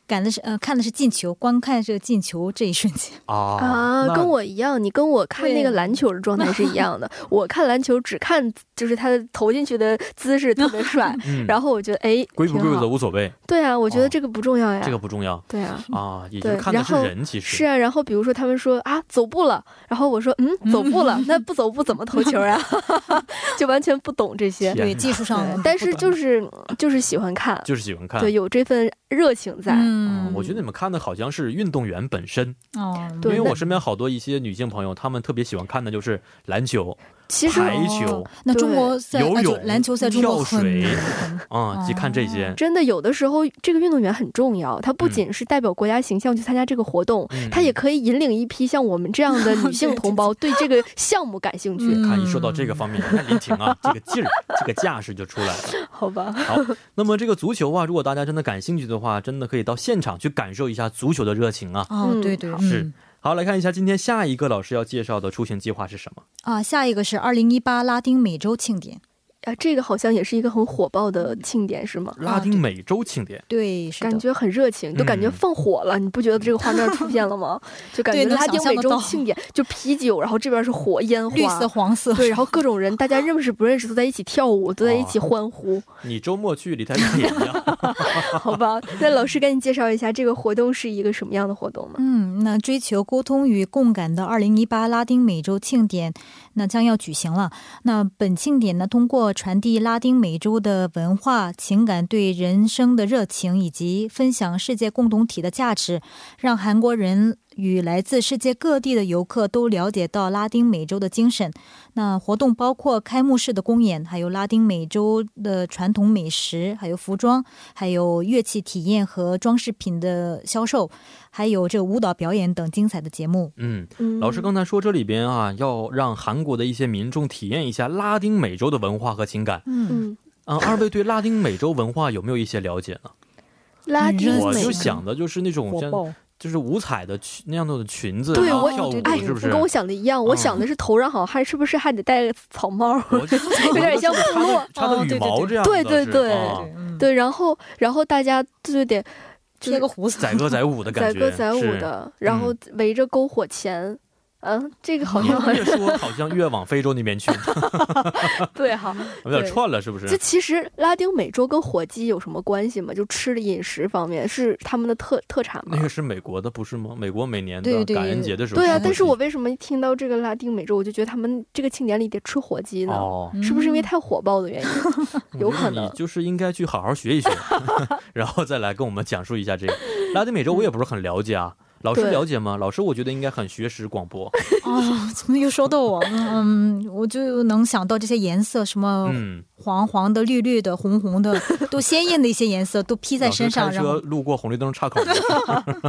F: 赶的是呃看的是进球，观看这个进球这一瞬 间，
A: 啊？
G: 啊，
A: 那
G: 跟我一样，你跟我看那个
F: 对
G: 篮球的状 态是一样的。我看篮球只看就是他投进去的姿势 特别帅，
A: 嗯，
G: 然后我觉得哎，
A: 规不
G: 挺
A: 规则
G: 好
A: 无所谓，
G: 对啊，我觉
A: 哦
G: 得这个不重要呀。
A: 这个不重要
G: 对啊，
A: 啊，也就是
G: 对
A: 看的
G: 然
A: 是
G: 后
A: 人，其实
G: 是啊。然后比如说他们说啊走步了，然后我说嗯走步了，那不走步怎么投球啊？ 就完全不懂这些。
A: 天
F: 对
A: 哪
F: 技术上我们
G: 对
F: 不，
G: 但是
F: 懂
G: 就是就是喜欢看，
A: 就是喜欢看。
G: 对，有这份热情在。
A: 嗯，
F: 嗯，
A: 我觉得你们看的好像是运动员本身，
F: 哦，
A: 因
G: 对
A: 为
G: 那
A: 我身边好多一些女性朋友，她们特别喜欢看的就是篮球
G: 其实
A: 排球
F: 哦那中国赛
A: 游
F: 那就
A: 泳
F: 篮球在中国
A: 跳
F: 很
A: 水
F: 难
G: 哦
A: 啊，就看这
F: 嗯
A: 些。
G: 真的有的时候，这个运动员很重要，他不
A: 嗯
G: 仅是代表国家形象去参加这个活动，
A: 嗯
G: 他也可以引领一批像我们这样的女性同 胞对这个项目感兴趣，
F: 嗯
A: 看一说到这个方面，你看林婷 啊，这个劲儿，这个架势就出来了。
G: 好吧？
A: 好，那么这个足球啊，如果大家真的感兴趣的话，真的可以到现场去感受一下足球的热情啊。
F: 哦，
G: 嗯
F: 对对
G: 好
A: 是
F: 嗯
A: 好，来看一下今天下一个老师要介绍的出行计划是什么？
F: 啊，下一个是二零一八拉丁美洲庆典，
G: 啊，这个好像也是一个很火爆的庆典，是吗？
A: 拉丁美洲庆典。
F: 对，是
G: 感
F: 的，
G: 觉很热情，都感觉
A: 嗯
G: 放火了，你不觉得这个画面出现了 吗？就感觉
F: 对能
G: 拉丁
F: 想象
G: 美
F: 得
G: 洲
F: 到
G: 庆典，就啤酒，然后这边是火烟花，
F: 绿色、黄色，
G: 对，然后各种人，大家认识不认识都在一起跳舞，都在一起
A: 哦
G: 欢 呼，
A: 你周末去离他远一 样。
G: 好吧？那老师赶紧介绍一下这个活动是一个什么样的活动呢？
F: 嗯，那追求沟通与共感的二零一八拉丁美洲庆典，那将要举行了。那本庆典呢，通过传递拉丁美洲的文化、情感、对人生的热情，以及分享世界共同体的价值，让韩国人与来自世界各地的游客都了解到拉丁美洲的精神。那活动包括开幕式的公演，还有拉丁美洲的传统美食，还有服装，还有乐器体验和装饰品的销售，还有这个舞蹈表演等精彩的节目。
A: 嗯，
G: 嗯，
A: 老师刚才说这里边啊，要让韩国的一些民众体验一下拉丁美洲的文化和情感。
F: 嗯，
G: 嗯，
A: 嗯，二位对拉丁美洲文化有没有一些了解呢？
G: 拉
F: 嗯
G: 丁
F: 真
A: 哎我
G: 美
A: 就
F: 美
A: 想的就是那
G: 嗯
A: 种
F: 火
A: 像
F: 爆
A: 就是五彩的裙那样的裙子，
G: 对
A: 然后
G: 我
A: 跳舞
F: 对对
G: 哎，
F: 对
A: 是不是？
G: 跟我想的一样，我
A: 嗯
G: 想的是头上好像还是不是还得戴个草帽儿？
A: 我就
G: 有点像部落
A: 插的
F: 哦
A: 羽
F: 对对
A: 毛
F: 对
A: 这样
G: 对
A: 的
G: 对
A: 是
G: 对
A: 啊
F: 嗯，
G: 对，然后然后大家就得就
F: 贴
G: 是
F: 个胡子，
A: 载歌载舞的感
G: 载
A: 觉，
G: 歌载舞
A: 是。嗯
G: 的，然后围着篝火前。嗯，这个好
A: 你
G: 像
A: 越说好像越往非洲那边 去，
G: 对哈，
A: 有点
G: 对
A: 串了，是不是
G: 这？其实拉丁美洲跟火鸡有什么关系吗？就吃的饮食方面是他们的特特产吗
A: 那？个是美国的，不是吗？美国每年的
F: 对对
A: 感恩节的时候吃火鸡，
G: 对啊，但是我为什么一听到这个拉丁美洲，我就觉得他们这个庆典里得吃火鸡呢？
A: 哦，
F: 嗯
G: 是不是因为太火爆的原因？ 有
A: 我觉得
G: 可能
A: 你就是应该去好好学一学， 然后再来跟我们讲述一下这个拉丁美洲，我也不是很了解啊。老师
G: 嗯对
A: 了解吗？老师，我觉得应该很学识广博。
F: 啊？怎么又说到我？嗯，我就能想到这些颜色，什么
A: 嗯，
F: 黄黄的、绿绿的、红红的，都鲜艳的一些颜色都披在
A: 老师
F: 身上，
A: 开
F: 然
A: 车
F: 后
A: 路过红绿灯岔口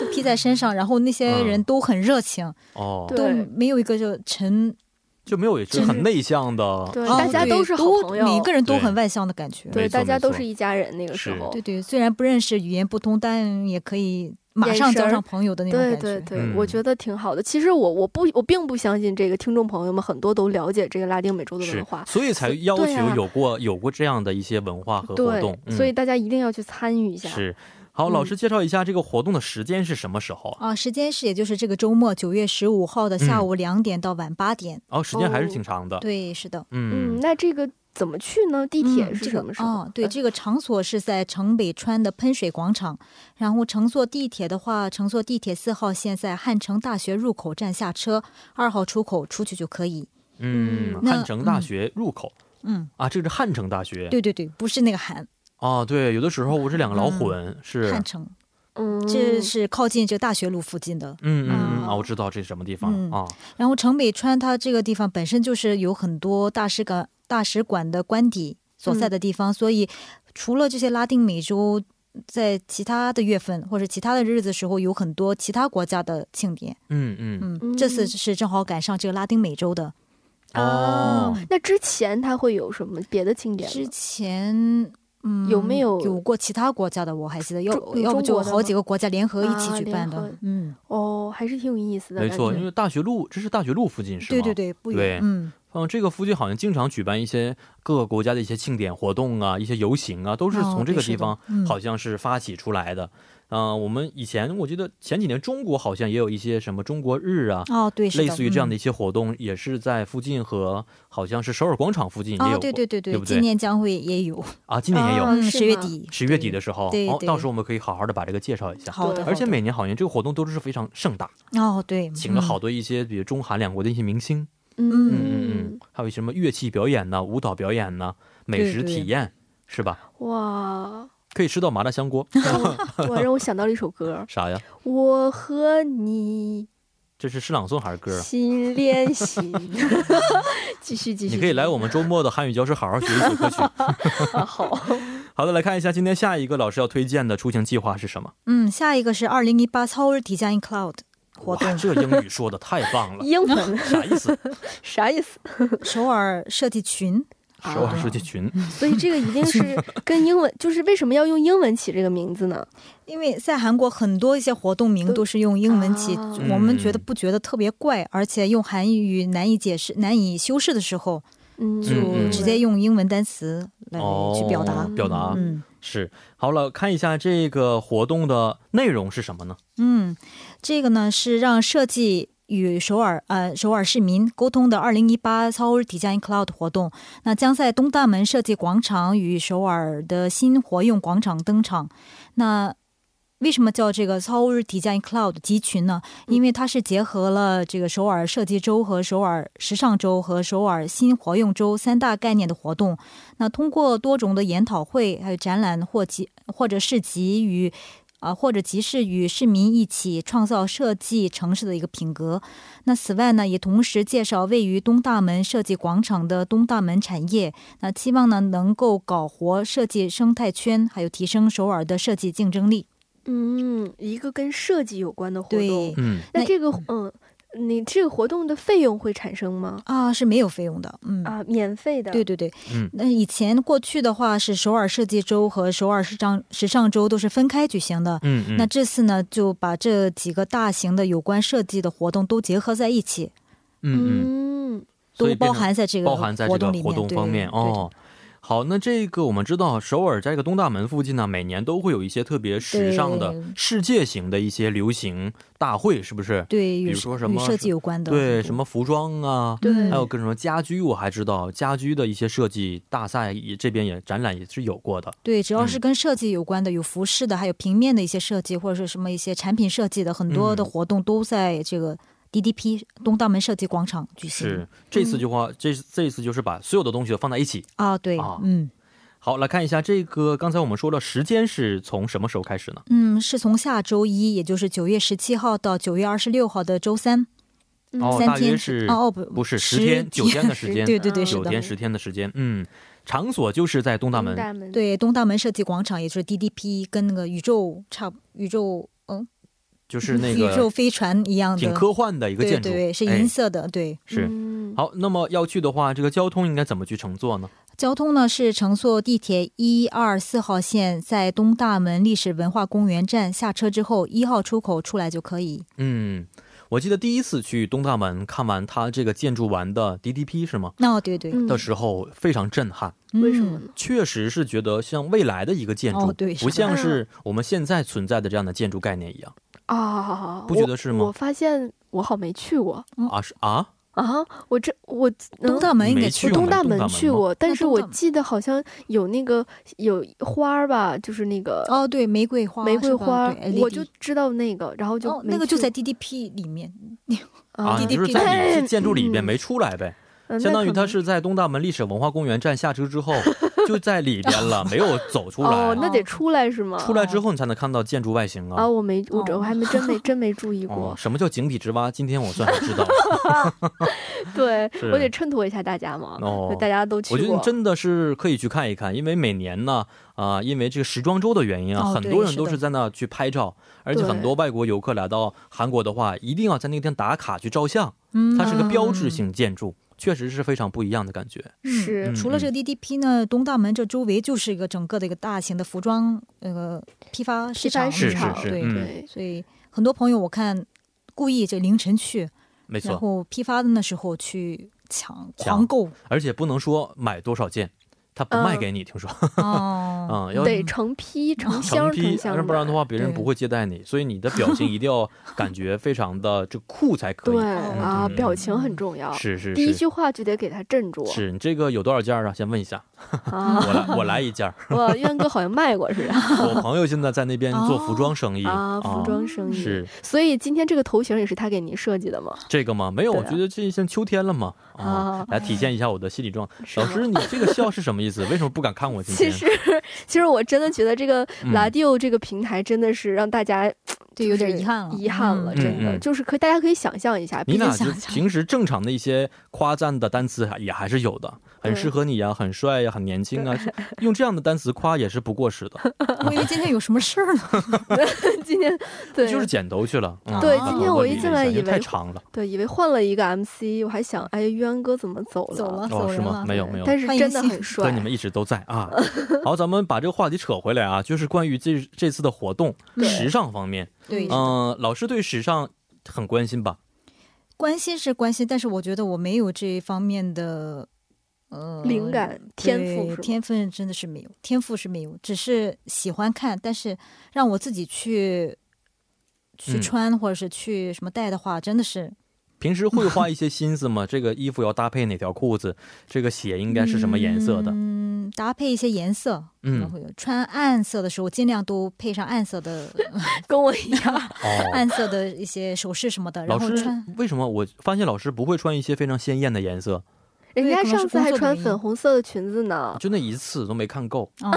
F: 都披在身上，然后那些
A: 嗯
F: 人都很热情，
A: 哦，
G: 对
F: 都没有一个就沉
A: 就没有一个很内向的，
G: 对，
F: 哦
G: 大家都
F: 对
G: 是好
F: 都
G: 朋友，
F: 每个人都
A: 对
F: 很外向的感觉。
A: 没
G: 对，
A: 错
G: 大家
A: 没
G: 都
A: 错
G: 是一家人。那个时
A: 是
G: 候，
F: 对对，虽然不认识，语言不通，但也可以马
G: 眼
F: 上
G: 神
F: 交
G: 儿
F: 上朋友的那种感
G: 对
F: 觉。
G: 对对，
A: 嗯
G: 我觉得挺好的。其实我我不我并不相信这个，听众朋友们很多都了解这个拉丁美洲的
A: 是
G: 文化，。
A: 所以才要
G: 对
A: 求
G: 啊
A: 有过有过这样的一些文化和活
G: 对
A: 动，，嗯
G: 所以大家一定要去参与一下。
A: 是。好，
G: 嗯
A: 老师介绍一下这个活动的时间是什么时候啊？
F: 啊，时间是也就是这个周末九月十五号的下午两点到晚八点。
A: 哦，时间还是
G: 哦
A: 挺长的。
F: 对，是的。
A: 嗯
G: 嗯，，那这个怎么去呢？地铁
F: 嗯
G: 是
F: 这
G: 什
F: 个
G: 么时候？呃
F: 哦，对，这个场所是在城北川的喷水广场。然后乘坐地铁的话，乘坐地铁四号线在汉城大学入口站下车，二号出口出去就可以。
A: 嗯，
F: 那
A: 汉城大学入口
F: 嗯，
A: 啊，这个是汉城大学。
F: 对对对，不是那个韩
A: 哦，对，有的时候我这两个老
F: 嗯
A: 混是，啊
F: 汉城，
G: 嗯，
F: 这是靠近这个大学路附近的。
A: 嗯嗯嗯
G: 嗯
A: 啊，我知道这是什么地方
F: 哦嗯
A: 啊。
F: 然后城北川它这个地方本身就是有很多大使馆大使馆的官邸所
G: 嗯
F: 在的地方，所以除了这些拉丁美洲，在其他的月份或者其他的日子时候，有很多其他国家的庆典。
A: 嗯嗯，
F: 嗯，
G: 嗯
F: 这次是正好赶上这个拉丁美洲的。嗯
A: 哦，
G: 那之前它会有什么别的庆典
F: 之
G: 吗？
F: 前。嗯，
G: 有没有
F: 有过其他国家的？我还记得，要
G: 中有
F: 要不
G: 中
F: 就
G: 国的吗
F: 好几个国家联合一起
G: 啊
F: 举办的。
G: 联合
F: 嗯，
G: 哦，还是挺有意思的。
A: 没错，
G: 感觉
A: 因为大学路这是大学路附近是吗？
F: 对对对，不远。
A: 对
F: 嗯，
A: 嗯，这个附近好像经常举办一些各个国家的一些庆典活动啊，一些游行啊，都是从这个地方
F: 哦对是的嗯
A: 好像是发起出来的。嗯、我们以前我记得前几年中国好像也有一些什么中国日啊，
F: 哦，对，是的
A: 类似于这样的
F: 嗯
A: 一些活动，也是在附近和好像是首尔广场附近也有过，
F: 哦，对对对
A: 对不对
F: 今年将会也有，
A: 啊，今年也有，
G: 哦
F: 嗯，
G: 是
F: 十月
G: 吗
F: 底，
A: 十、月底的时候，
F: 对
A: 哦，
F: 对
A: 到时候我们可以好好的把这个介绍一下。
F: 好的，
A: 而且
F: 好的
A: 每年好像这个活动都是非常盛大，
F: 哦，对，
A: 请了好
F: 嗯
A: 多一些，比如中韩两国的一些明星，
G: 嗯
A: 嗯嗯嗯，还有什么乐器表演呐、舞蹈表演呐、美
F: 对
A: 食
F: 对
A: 体验是吧？
G: 哇，
A: 可以吃到麻辣香锅，
G: 让我哇让我想到了一首歌，
A: 啥呀？
G: 我和你
A: 这是诗朗诵还是歌啊？
G: 心 连心。继续继续，
A: 你可以来我们周末的汉语教师好好学一学歌 曲。
G: 啊好，
A: 好的，来看一下今天下一个老师要推荐的出行计划是什么？
F: 嗯，下一个是二零一八 Seoul Design Cloud 活
A: 哇，
F: 动，
A: 这英语说的太棒 了，
G: 英文
A: 啥意思？
G: 啥意思？
F: 首尔设计群，
A: 首尔设计群，
G: 所以这个一定 是跟英文，就是为什么要用英文起这个名字呢？
F: 因为在韩国很多一些活动名都是用英文起，
G: 啊
F: 我们觉得不觉得特别怪，而且用韩语难以解释、难以修饰的时候，
G: 嗯，
A: 嗯
F: 就直接用英文单词来嗯去表达。
A: 哦表达、
F: 嗯
A: 是。好了，看一下这个活动的内容是什么呢？
F: 嗯，这个呢是让设计。与首尔呃首尔市民沟通的2018 Seoul Design Cloud 活动，那将在东大门设计广场与首尔的新活用广场登场。那为什么叫这个 Seoul Design Cloud 集群呢？因为它是结合了这个首尔设计周和首尔时尚周和首尔新活用周三大概念的活动。那通过多种的研讨会、还有展览或集或者市集与啊、或者集市与市民一起创造设计城市的一个品格。那此外呢，也同时介绍位于东大门设计广场的东大门产业。那期望呢，能够搞活设计生态圈，还有提升首尔的设计竞争力。
G: 嗯，一个跟设计有关的活动
F: 对。
A: 嗯，
G: 那
F: 那
G: 这个嗯，你这个活动的费用会产生吗？
F: 啊，是没有费用的，嗯。
G: 啊，免费的。
F: 对，对对，
A: 嗯
F: 那以前过去的话是首尔设计周和首尔时尚时尚周都是分开举行的，
A: 嗯嗯，
F: 那这次呢就把这几个大型的有关设计的活动都结合在一起，
A: 嗯嗯，
G: 嗯，
A: 所以
F: 都
A: 变
F: 包
A: 成
F: 含在这个
A: 包含在这个
F: 活动里面，
A: 活动方面
F: 对对对
A: 哦。好，那这个我们知道，首尔在这个东大门附近呢，每年都会有一些特别时尚的
F: 对
A: 世界型的一些流行大会，是不是？
F: 对，与
A: 比如说什么
F: 与设计有关的，
A: 对，什么服装啊，
G: 对
A: 还有各种家居，我还知道家居的一些设计大赛也这边也展览也是有过的。
F: 对，只要是
A: 嗯
F: 跟设计有关的，有服饰的，还有平面的一些设计，或者是什么一些产品设计的，很多的
A: 嗯
F: 活动都在这个 DDP 东大门设计广场举行。
A: 是，这
F: 嗯
A: 次就话、这这次就是把所有的东西都放在一起。
F: 啊，对，
A: 啊
F: 嗯
A: 好，来看一下这个，刚才我们说了，时间是从什么时候开始呢？
F: 嗯，是从下周一，也就是九月十七号到九月二十六号的周三，
G: 嗯
A: 哦，
F: 三
A: 大约
F: 天
A: 是
F: 哦哦不
A: 不是
F: 十
A: 十天九天的
G: 十
A: 时间，
F: 对对对，是
A: 九
F: 的
A: 天。十天的时间，嗯，场所就是在东大门，
G: 大门。
F: 对，东大门设计广场，也就是 DDP 跟那个宇宙差不宇宙嗯、
A: 就是那
F: 宇宙
A: 个
F: 飞船一样的，
A: 挺科幻的一个
F: 对
A: 建筑，
F: 对对，是
A: 哎
F: 银色的，对。
A: 是。
G: 嗯，
A: 好，那么要去的话，这个交通应该怎么去乘坐呢？
F: 交通呢是乘坐地铁一二四号线，在东大门历史文化公园站下车之后，一号出口出来就可以。
A: 嗯，我记得第一次去东大门看完它这个建筑完的 DDP 是吗？
F: 那、对对，
G: 嗯
A: 的时候非常震撼，
F: 嗯
G: 为什么呢？
A: 确实是觉得像未来的一个建筑，
F: 哦对是的
A: 不像是我们现在存在的这样的建筑概念一样
G: 啊，
A: 不觉得是吗
G: 我我发现我好没去过
A: 啊是啊，
G: 啊，我这我
F: 东大
G: 门。
F: 门应该
A: 没
F: 去
A: 去
G: 我
A: 过
G: 东
A: 吗
G: 大
A: 东大
G: 门
A: 门
G: 去
A: 吗
G: 过，但
F: 那
G: 是
F: 东
G: 我
F: 大门
G: 记得好像有那个有花儿吧，就是那个
F: 哦，对，玫瑰花，
G: 玫瑰
F: 是吧
G: 花儿
F: 对，LED
G: 我就知道那个，然后就
F: 哦，
G: 没
F: 那个就
G: 去
F: 在 DDP 里面，
A: 啊，
F: 滴滴
A: 就是
F: 滴
A: 在你
G: 滴
A: 是建筑里边
G: 嗯
A: 没出来呗，
G: 嗯
A: 相
G: 那
A: 当于
G: 可
A: 他
G: 能
A: 是在东大门历史文化公园站下车之 后就在里边了，没有走出来
G: 哦，。那得出来是 吗？
A: 出来之后你才能看到建筑外形
G: 啊，
A: 啊。
G: 我没我
F: 哦
G: 这我还没真 没真没注意
A: 哦
G: 过，，
A: 什么叫井底之蛙？今天我算是知 道了。
G: 对
A: 是
G: 我得衬托一下大家嘛，
A: 哦
G: 大家都去
A: 我觉得你
G: 过，
A: 真的是可以去看一看，因为每年呢，啊、因为这个时装周的原因啊，
F: 哦
A: 很
F: 对
A: 多人
F: 是
A: 都
F: 的
A: 是在那去拍照，而且
G: 对
A: 很多外国游客来到韩国的话，一定要在那天打卡去照相，
F: 嗯，
A: 它是个标志性建筑，确实是非常不一样的感觉。
F: 嗯。
G: 是
A: 嗯
F: 除了这个 DDP 呢，东大门这周围就是一个整个的一个大型的服装呃批发
G: 批
F: 市
G: 发
F: 场，
G: 市
A: 是
G: 场，
A: 是
F: 对，
A: 嗯
G: 对，
F: 所以很多朋友我看故意这凌晨去，
A: 没
F: 然
A: 错，
F: 后批发的那时候去抢
A: 抢
F: 狂购
A: 而且不能说买多少件，他不
G: 嗯
A: 卖给你，听说，
F: 哦，
A: 嗯，要
G: 得成批、成
A: 成
G: 箱、
A: 批，啊
G: 箱
A: 要
G: 的，
A: 不然的话别人
F: 对
A: 不会接待你，所以你的表情一定 要感觉非常的这酷才可
G: 对
F: 哦
A: 以。嗯
G: 啊，表情很重要。
A: 是是
G: 第一
A: 是
G: 句话就得给他镇住
A: 是，你这个有多少件儿啊？先问一下，
G: 啊！
A: 我 来我来一件儿。
G: 我渊哥好像卖过似的
A: 我朋友现在在那边做服装生意
G: 啊，服装生
A: 嗯
G: 意。
A: 是
G: 所以今天这个头型也是他给您设计的吗？
A: 这个吗？没有，
G: 对
A: 我觉得这像秋天了嘛，啊
G: 啊，
A: 来体现一下我的心理状态。
G: 是
A: 老
G: 吗
A: 师，你这个笑是什么意思？为什么不敢看我今
G: 其
A: 天？
G: 实，其实我真的觉得这个
A: 嗯
G: 拉迪欧这个平台真的是让大家就
F: 对，有点
G: 是
F: 遗憾了，
G: 遗憾了，
F: 嗯
G: 真
A: 嗯
G: 的
A: 嗯
G: 就是可大家可以想象一下，
A: 你
G: 毕
A: 俩
G: 竟
A: 就
F: 想想
A: 平时正常的一些夸赞的单词也还是有的，很适合你呀、很帅呀、很年轻啊，用这样的单词夸也是不过时的。
F: 我以为今天有什么事儿呢，
G: 今天对
A: 就是剪头去了。嗯
G: 对
A: 那
G: 今天
A: 头发
G: 我
A: 理
G: 一
A: 了
G: 进
A: 下
G: 来以
A: 因为
G: 为
A: 太长了。
G: 对，以为换了一个 MC，我还想，哎，渊哥怎么 走了？
F: 走了，走
A: 哦，是
F: 人
A: 吗？
F: 了。
A: 没有
G: 对
A: 没有。
G: 但是
F: 欢迎
G: 真的
F: 新
G: 很
A: 对，
G: 帅
A: 你。们一直都在 啊。好，咱们把这个话题扯回来啊，就是关于这这次的活动
F: 对
A: 时尚方面。
F: 对，
A: 嗯、老师对时尚很关心吧？
F: 关心是关心，但是我觉得我没有这方面的呃
G: 灵感天赋
F: 对
G: 是吗
F: 天分真的是没有，天赋是没有，只是喜欢看，但是让我自己去去
A: 嗯
F: 穿、或者是去什么戴的话，真的是
A: 平时会花一些心思吗？这个衣服要搭配哪条裤子？这个鞋应该是什么颜色 的？
F: 嗯，搭配一些颜色，
A: 嗯
F: 然后有穿暗色的时候，尽量都配上暗色的、
G: 跟我一样，
A: 哦，
F: 暗色的一些首饰什么的，然
A: 老
F: 后
A: 师
F: 穿。
A: 为什么我发现老师不会穿一些非常鲜艳的颜色？
G: 人家
F: 可能是
G: 上次
F: 工
G: 还
F: 作的
G: 穿
F: 原因
G: 粉红色的裙子呢。
A: 就那一次都没看够。
F: 哦，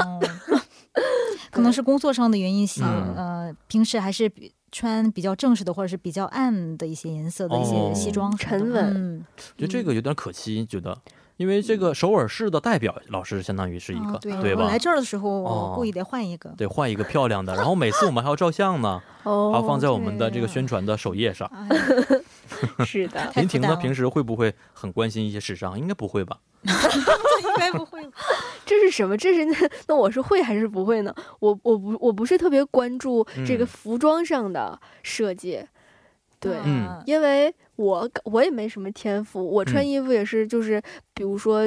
F: 可能是工作上的原因，喜
A: 嗯
F: 呃，平时还是比穿比较正式的或者是比较暗的一些颜色的一
A: 哦
F: 些西装什么的、
G: 沉稳
F: 嗯，
A: 就这个有点可惜，觉得，因为这个首尔市的代表老师相当于是一个，
F: 啊对
A: 对
F: 我
A: 吧
F: 来？这儿的时候，
A: 哦
F: 我故意得换一个。
A: 对，换一个漂亮的，然后每次我们还要照相呢，
G: 哦，
A: 还要放在我们的这个宣传的首页上。
F: 哎，
G: 是的，
F: 太
A: 林
F: 复
A: 婷
F: 杂
A: 呢，
F: 了，
A: 平时会不会很关心一些时尚？应该不会吧？
F: 应该不会吧？
G: 这是什么？这是那 那我是会还是不会呢？我我不我不是特别关注这个
A: 嗯
G: 服装上的设计，对，
A: 嗯
F: 啊
G: 因为我我也没什么天赋，我穿
A: 嗯
G: 衣服也是就是，比如说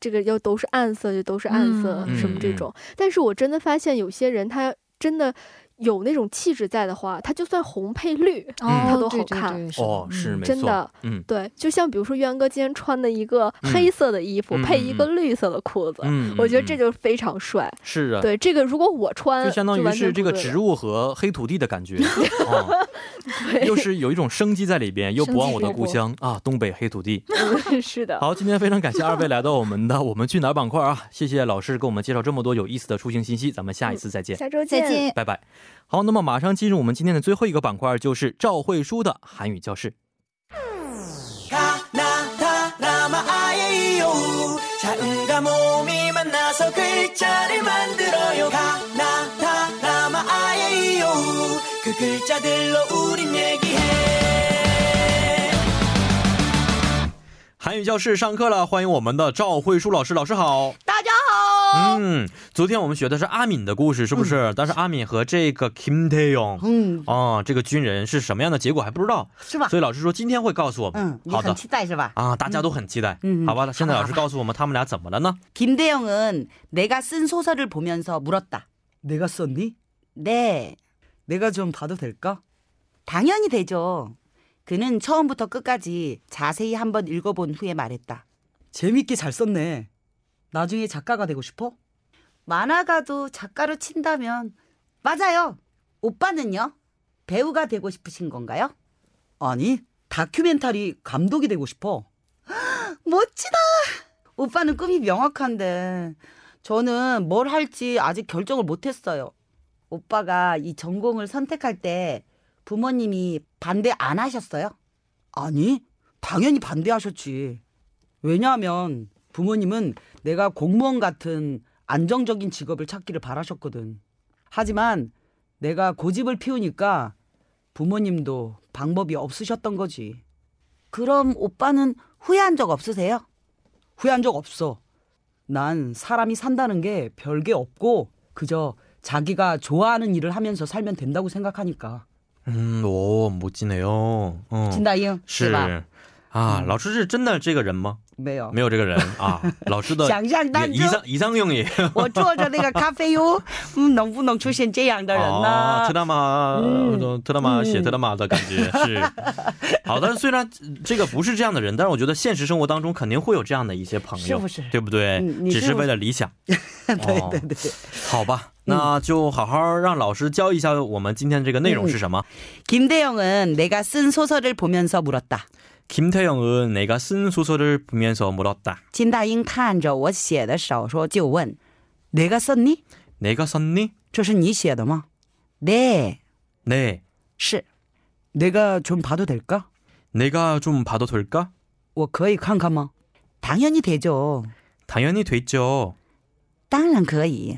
G: 这个要都是暗色就都是暗色、
A: 嗯
G: 什么这
A: 嗯
G: 种。但是我真的发现有些人他真的有那种气质在的话，他就算红配绿，
A: 它
F: 哦，
G: 都
F: 对
G: 好
F: 对
G: 看
F: 对的
A: 哦，是
F: 嗯
A: 没
G: 真
A: 错
G: 的，
A: 嗯
G: 对，就像比如说渊哥今天穿的一个
A: 嗯
G: 黑色的衣服、
A: 嗯
G: 配一个
A: 嗯
G: 绿色的裤子，
A: 嗯，
G: 我觉得
A: 嗯
G: 这
A: 嗯
G: 就非常帅。
A: 是啊，
G: 对，这个如果我穿，
A: 就相当于
G: 完全
A: 是这个
G: 不对
A: 植
G: 了
A: 物和黑土地的感觉，哦，又 是有一种生机在里边，又不忘我的故乡啊，东北黑土地。
G: 是 的，
A: 好，今天非常感谢二位来到我们的我们去哪儿板块啊！ 谢谢老师给我们介绍这么多有意思的出行信息，咱们下一次再
I: 嗯
A: 见，
G: 下周
F: 再见。
A: 拜拜。好，那么马上进入我们今天的最后一个板块，就是赵慧舒的韩语教室。
H: 나, 나, 다, 나마, 아예, 이요, 우. 자음과 몸이 만나서 글자를 만들어요. 가, 나, 다, 나마, 아예, 이요, 우. 그 글자들로 우린 얘기해.
A: 韩语教室上课了，欢迎我们的赵慧舒老师，老师好。
H: 大家好。
A: 嗯，昨天我们学的是阿敏的故事，是不是？但是阿敏和这个 Kim Tae Yong，
I: 嗯，
A: 哦，这个军人是什么样的结果还不 知道，
I: 是吧？
A: 所以老师说今天会告诉我们
I: 嗯，。你
A: 好的
I: 很期待是吧？
A: 啊，大家都很期待。
I: 嗯嗯
A: 好吧，那现在 老师告诉我们他们俩怎么了呢？
I: 김대영은 내가 쓴 소설을 보면서 물었다.
J: 내가 썼니?
I: 네,
J: 내가 좀 봐도 될까?
I: 당연히 되죠. 그는 처음부터 끝까지 자세히 한번 읽어본 후에 말했다.
J: 재밌게 잘 썼네. 나중에 작가가 되고 싶어?
I: 만화가도 작가로 친다면 맞아요. 오빠는요? 배우가 되고 싶으신 건가요?
J: 아니, 다큐멘터리 감독이 되고 싶어.
I: 멋지다. 오빠는 꿈이 명확한데 저는 뭘 할지 아직 결정을 못했어요. 오빠가 이 전공을 선택할 때 부모님이 반대 안 하셨어요?
J: 아니, 당연히 반대하셨지. 왜냐하면 부모님은 내가 공무원 같은 안정적인 직업을 찾기를 바라셨거든. 하지만 내가 고집을 피우니까 부모님도 방법이 없으셨던 거지.
I: 그럼 오빠는 후회한 적 없으세요?
J: 후회한 적 없어. 난 사람이 산다는 게 별게 없고 그저 자기가 좋아하는 일을 하면서 살면 된다고 생각하니까.
A: 嗯，哦，母鸡呢哟，嗯，
I: 진다이요?
A: 是，
J: 嗯
A: 啊，老师是真的这个人吗？
J: 没有，
A: 没有这个人啊，老师的
J: 想象当
A: 也以
J: 中
A: 上以上用 语。
J: 我坐着那个咖啡屋，
I: 음,
J: 嗯，能不能出现这样的人
A: 哦，
J: 呢
A: 特？大马，
J: 嗯
A: 特大马写特大马的感觉 是好。但是虽然这个不是这样的人，但是我觉得现实生活当中肯定会有这样的一些朋友，
J: 是不是
A: 对不对？
J: 嗯你
A: 只
J: 是嗯
A: 是
J: 不
A: 为
J: 是
A: 了理想。
J: 对对对。
A: 好吧，那就好好让老师教一下我们今天这个内容是什么。
J: 嗯 김대영은 내가 쓴 소설을 보면서 물었다.
A: 김태영은 내가 쓴 소설을 보면서 물었다.
J: 진다잉 看着我写的小说就问 내가 썼니?
A: 내가 썼니?
J: 这是你写的吗? 네.
A: 네.
J: 是. 내가 좀 봐도 될까?
A: 내가 좀 봐도 될까?
J: 我可以看看吗? 당연히 되죠.
A: 당연히 됐죠.
J: 당연 可以.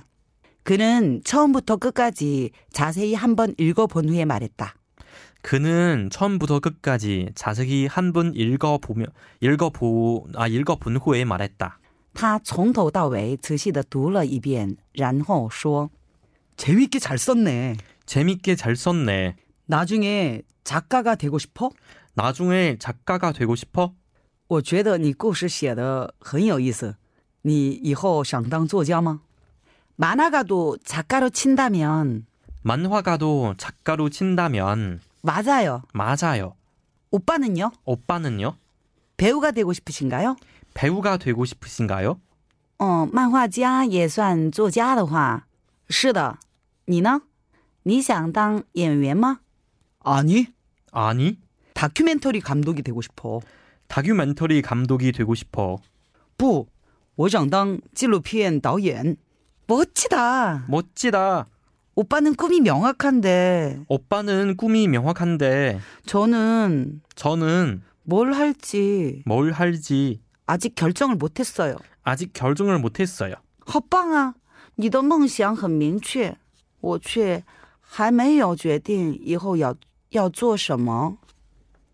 J: 그는 처음부터 끝까지 자세히 한번 읽어본 후에 말했다.
A: 그는 처음부터 끝까지 자세히 한 번 읽어보며 읽어보 아 읽어본 후에 말했다.
J: 他从头到尾仔细的读了一遍，然后说 재밌게 잘 썼네.
A: 재밌게 잘 썼네.
J: 나중에 작가가 되고 싶어?
A: 나중에 작가가 되고 싶어?
J: 我觉得你故事写的很有意思，你以后想当作家吗？만화가도작가로친다면
A: 만화가도 작가로 친다면
J: 맞아요
A: 맞아요.
J: 오빠는요?
A: 오빠는요?
J: 배우가 되고 싶으신가요?
A: 배우가 되고 싶으신가요?
J: 어, 만화가 也算作家的话是的你呢你想当演员吗아니
A: 아니,
J: 다큐멘터리 감독이 되고 싶어.
A: 다큐멘터리 감독이 되고 싶어.
J: 不我想当纪录片导演멋지다
A: 멋지다.
J: 오빠는꿈이명확한데
A: 오빠는 꿈이 명확한데
J: 저는
A: 저는
J: 뭘 할지
A: 뭘 할지
J: 아직 결정을 못했어요.
A: 아직 결정을 못했어요.
J: 好棒啊！你的梦想很明确，我却还没有决定以后要要做什么。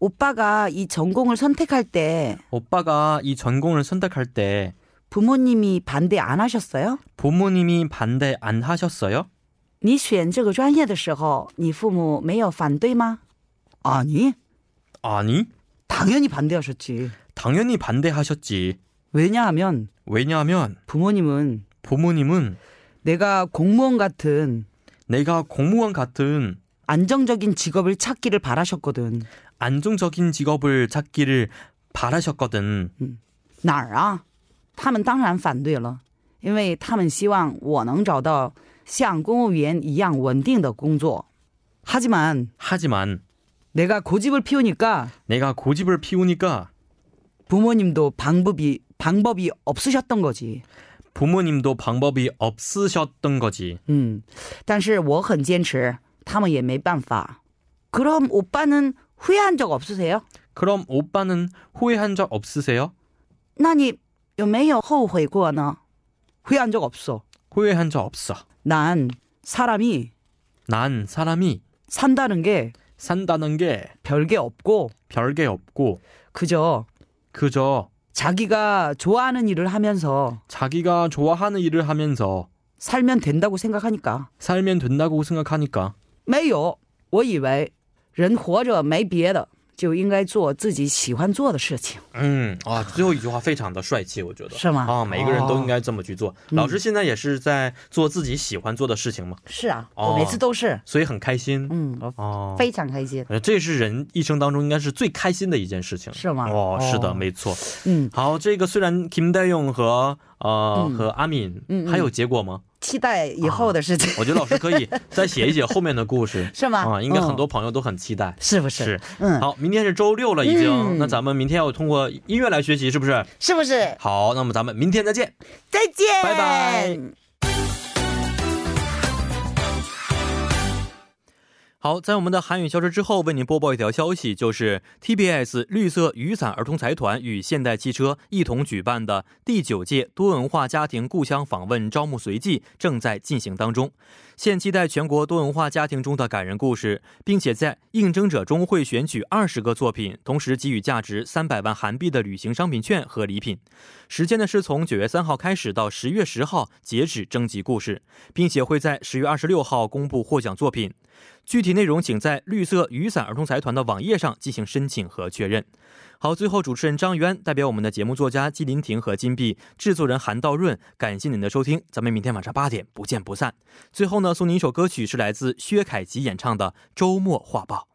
J: 오빠가이전공을선택할때
A: 오빠가 이 전공을 선택할 때
J: 부모님이반대안하셨어요？
A: 부모님이 반대 안 하셨어요?
J: 你选这个专业的时候，你父母没有反对吗？아니
A: 아니,
J: 당연히반대하셨지
A: 당연히 반대하셨지.
J: 왜냐하면
A: 왜냐하면
J: 부모님은
A: 부모님은
J: 내가 공무원 같은
A: 내가 공무원 같은
J: 안정적인 직업을 찾기를 바라셨거든.
A: 안정적인 직업을 찾기를 바라셨거든.
J: 哪儿啊？他们当然反对了，因为他们希望我能找到像公务员一样稳定的工作。하지만
A: 하지만
J: 내가고집을피우니까
A: 내가 고집을 피우니까
J: 부모님도 방법이 방법이 없으셨던 거지.
A: 부모님도 방법이 없으셨던 거지.
J: 嗯， 음. 但是我很坚持，他们也没办法。그럼오빠는후회한적없으세요？
A: 그럼 오빠는 후회한 적 없으세요?
J: 那你有没有后悔过呢？후회한적없어。
A: 후회한 적 없어.
J: 난사람이
A: 난 사람이
J: 산다는게
A: 산다는 게
J: 별게 없고
A: 별게 없고
J: 그저
A: 그저
J: 자기가 좋아하는 일을 하면서
A: 자기가 좋아하는 일을 하면서
J: 살면 된다고 생각하니까.
A: 살면 된다고 생각하니까
J: 没有，我以为人活着没别的，就应该做自己喜欢做的事情。
A: 嗯啊，最后一句话非常的帅气，我觉得
J: 是吗哦嗯
A: 啊，每个人都应该这么去做。老师现在也是在做自己喜欢做的事情嘛，哦。所以很开心。
J: 嗯
A: 哦，呃这是人一生当中应该是最开心的一件事情，
J: 是吗
A: 哦，
J: 哦
A: 是的，没错。
J: 嗯，
A: 好，这个虽然 Kim d a y o n 和呃、和阿敏、
J: 嗯
A: 还有结果吗？我觉得老师可以再写一写后面的故事，
J: 是吗
A: 啊，应该
J: 嗯
A: 很多朋友都很期待。
J: 是不是？
A: 是，好，明天是周六了，已经、
J: 嗯
A: 那咱们明天要通过音乐来学习，是不是？
J: 是不是？再见。
A: 好，那么咱们明天再见。拜拜。好，在我们的韩语消失之后，为您播报一条消息，就是 TBS 绿色雨伞儿童财团与现代汽车一同举办的第九届多文化家庭故乡访问招募随即正在进行当中。现期待全国多文化家庭中的感人故事，并且在应征者中会选取二十个作品，同时给予价值三百万韩币的旅行商品券和礼品。时间呢是从九月三号开始到十月十号截止征集故事，并且会在十月二十六号公布获奖作品。具体内容请在绿色雨伞儿童财团的网页上进行申请和确认。好，最后主持人张渊代表我们的节目作家季林婷和金碧，制作人韩道润，感谢您的收听，咱们明天晚上八点不见不散。最后呢，送您一首歌曲，是来自薛凯琪演唱的《周末画报》。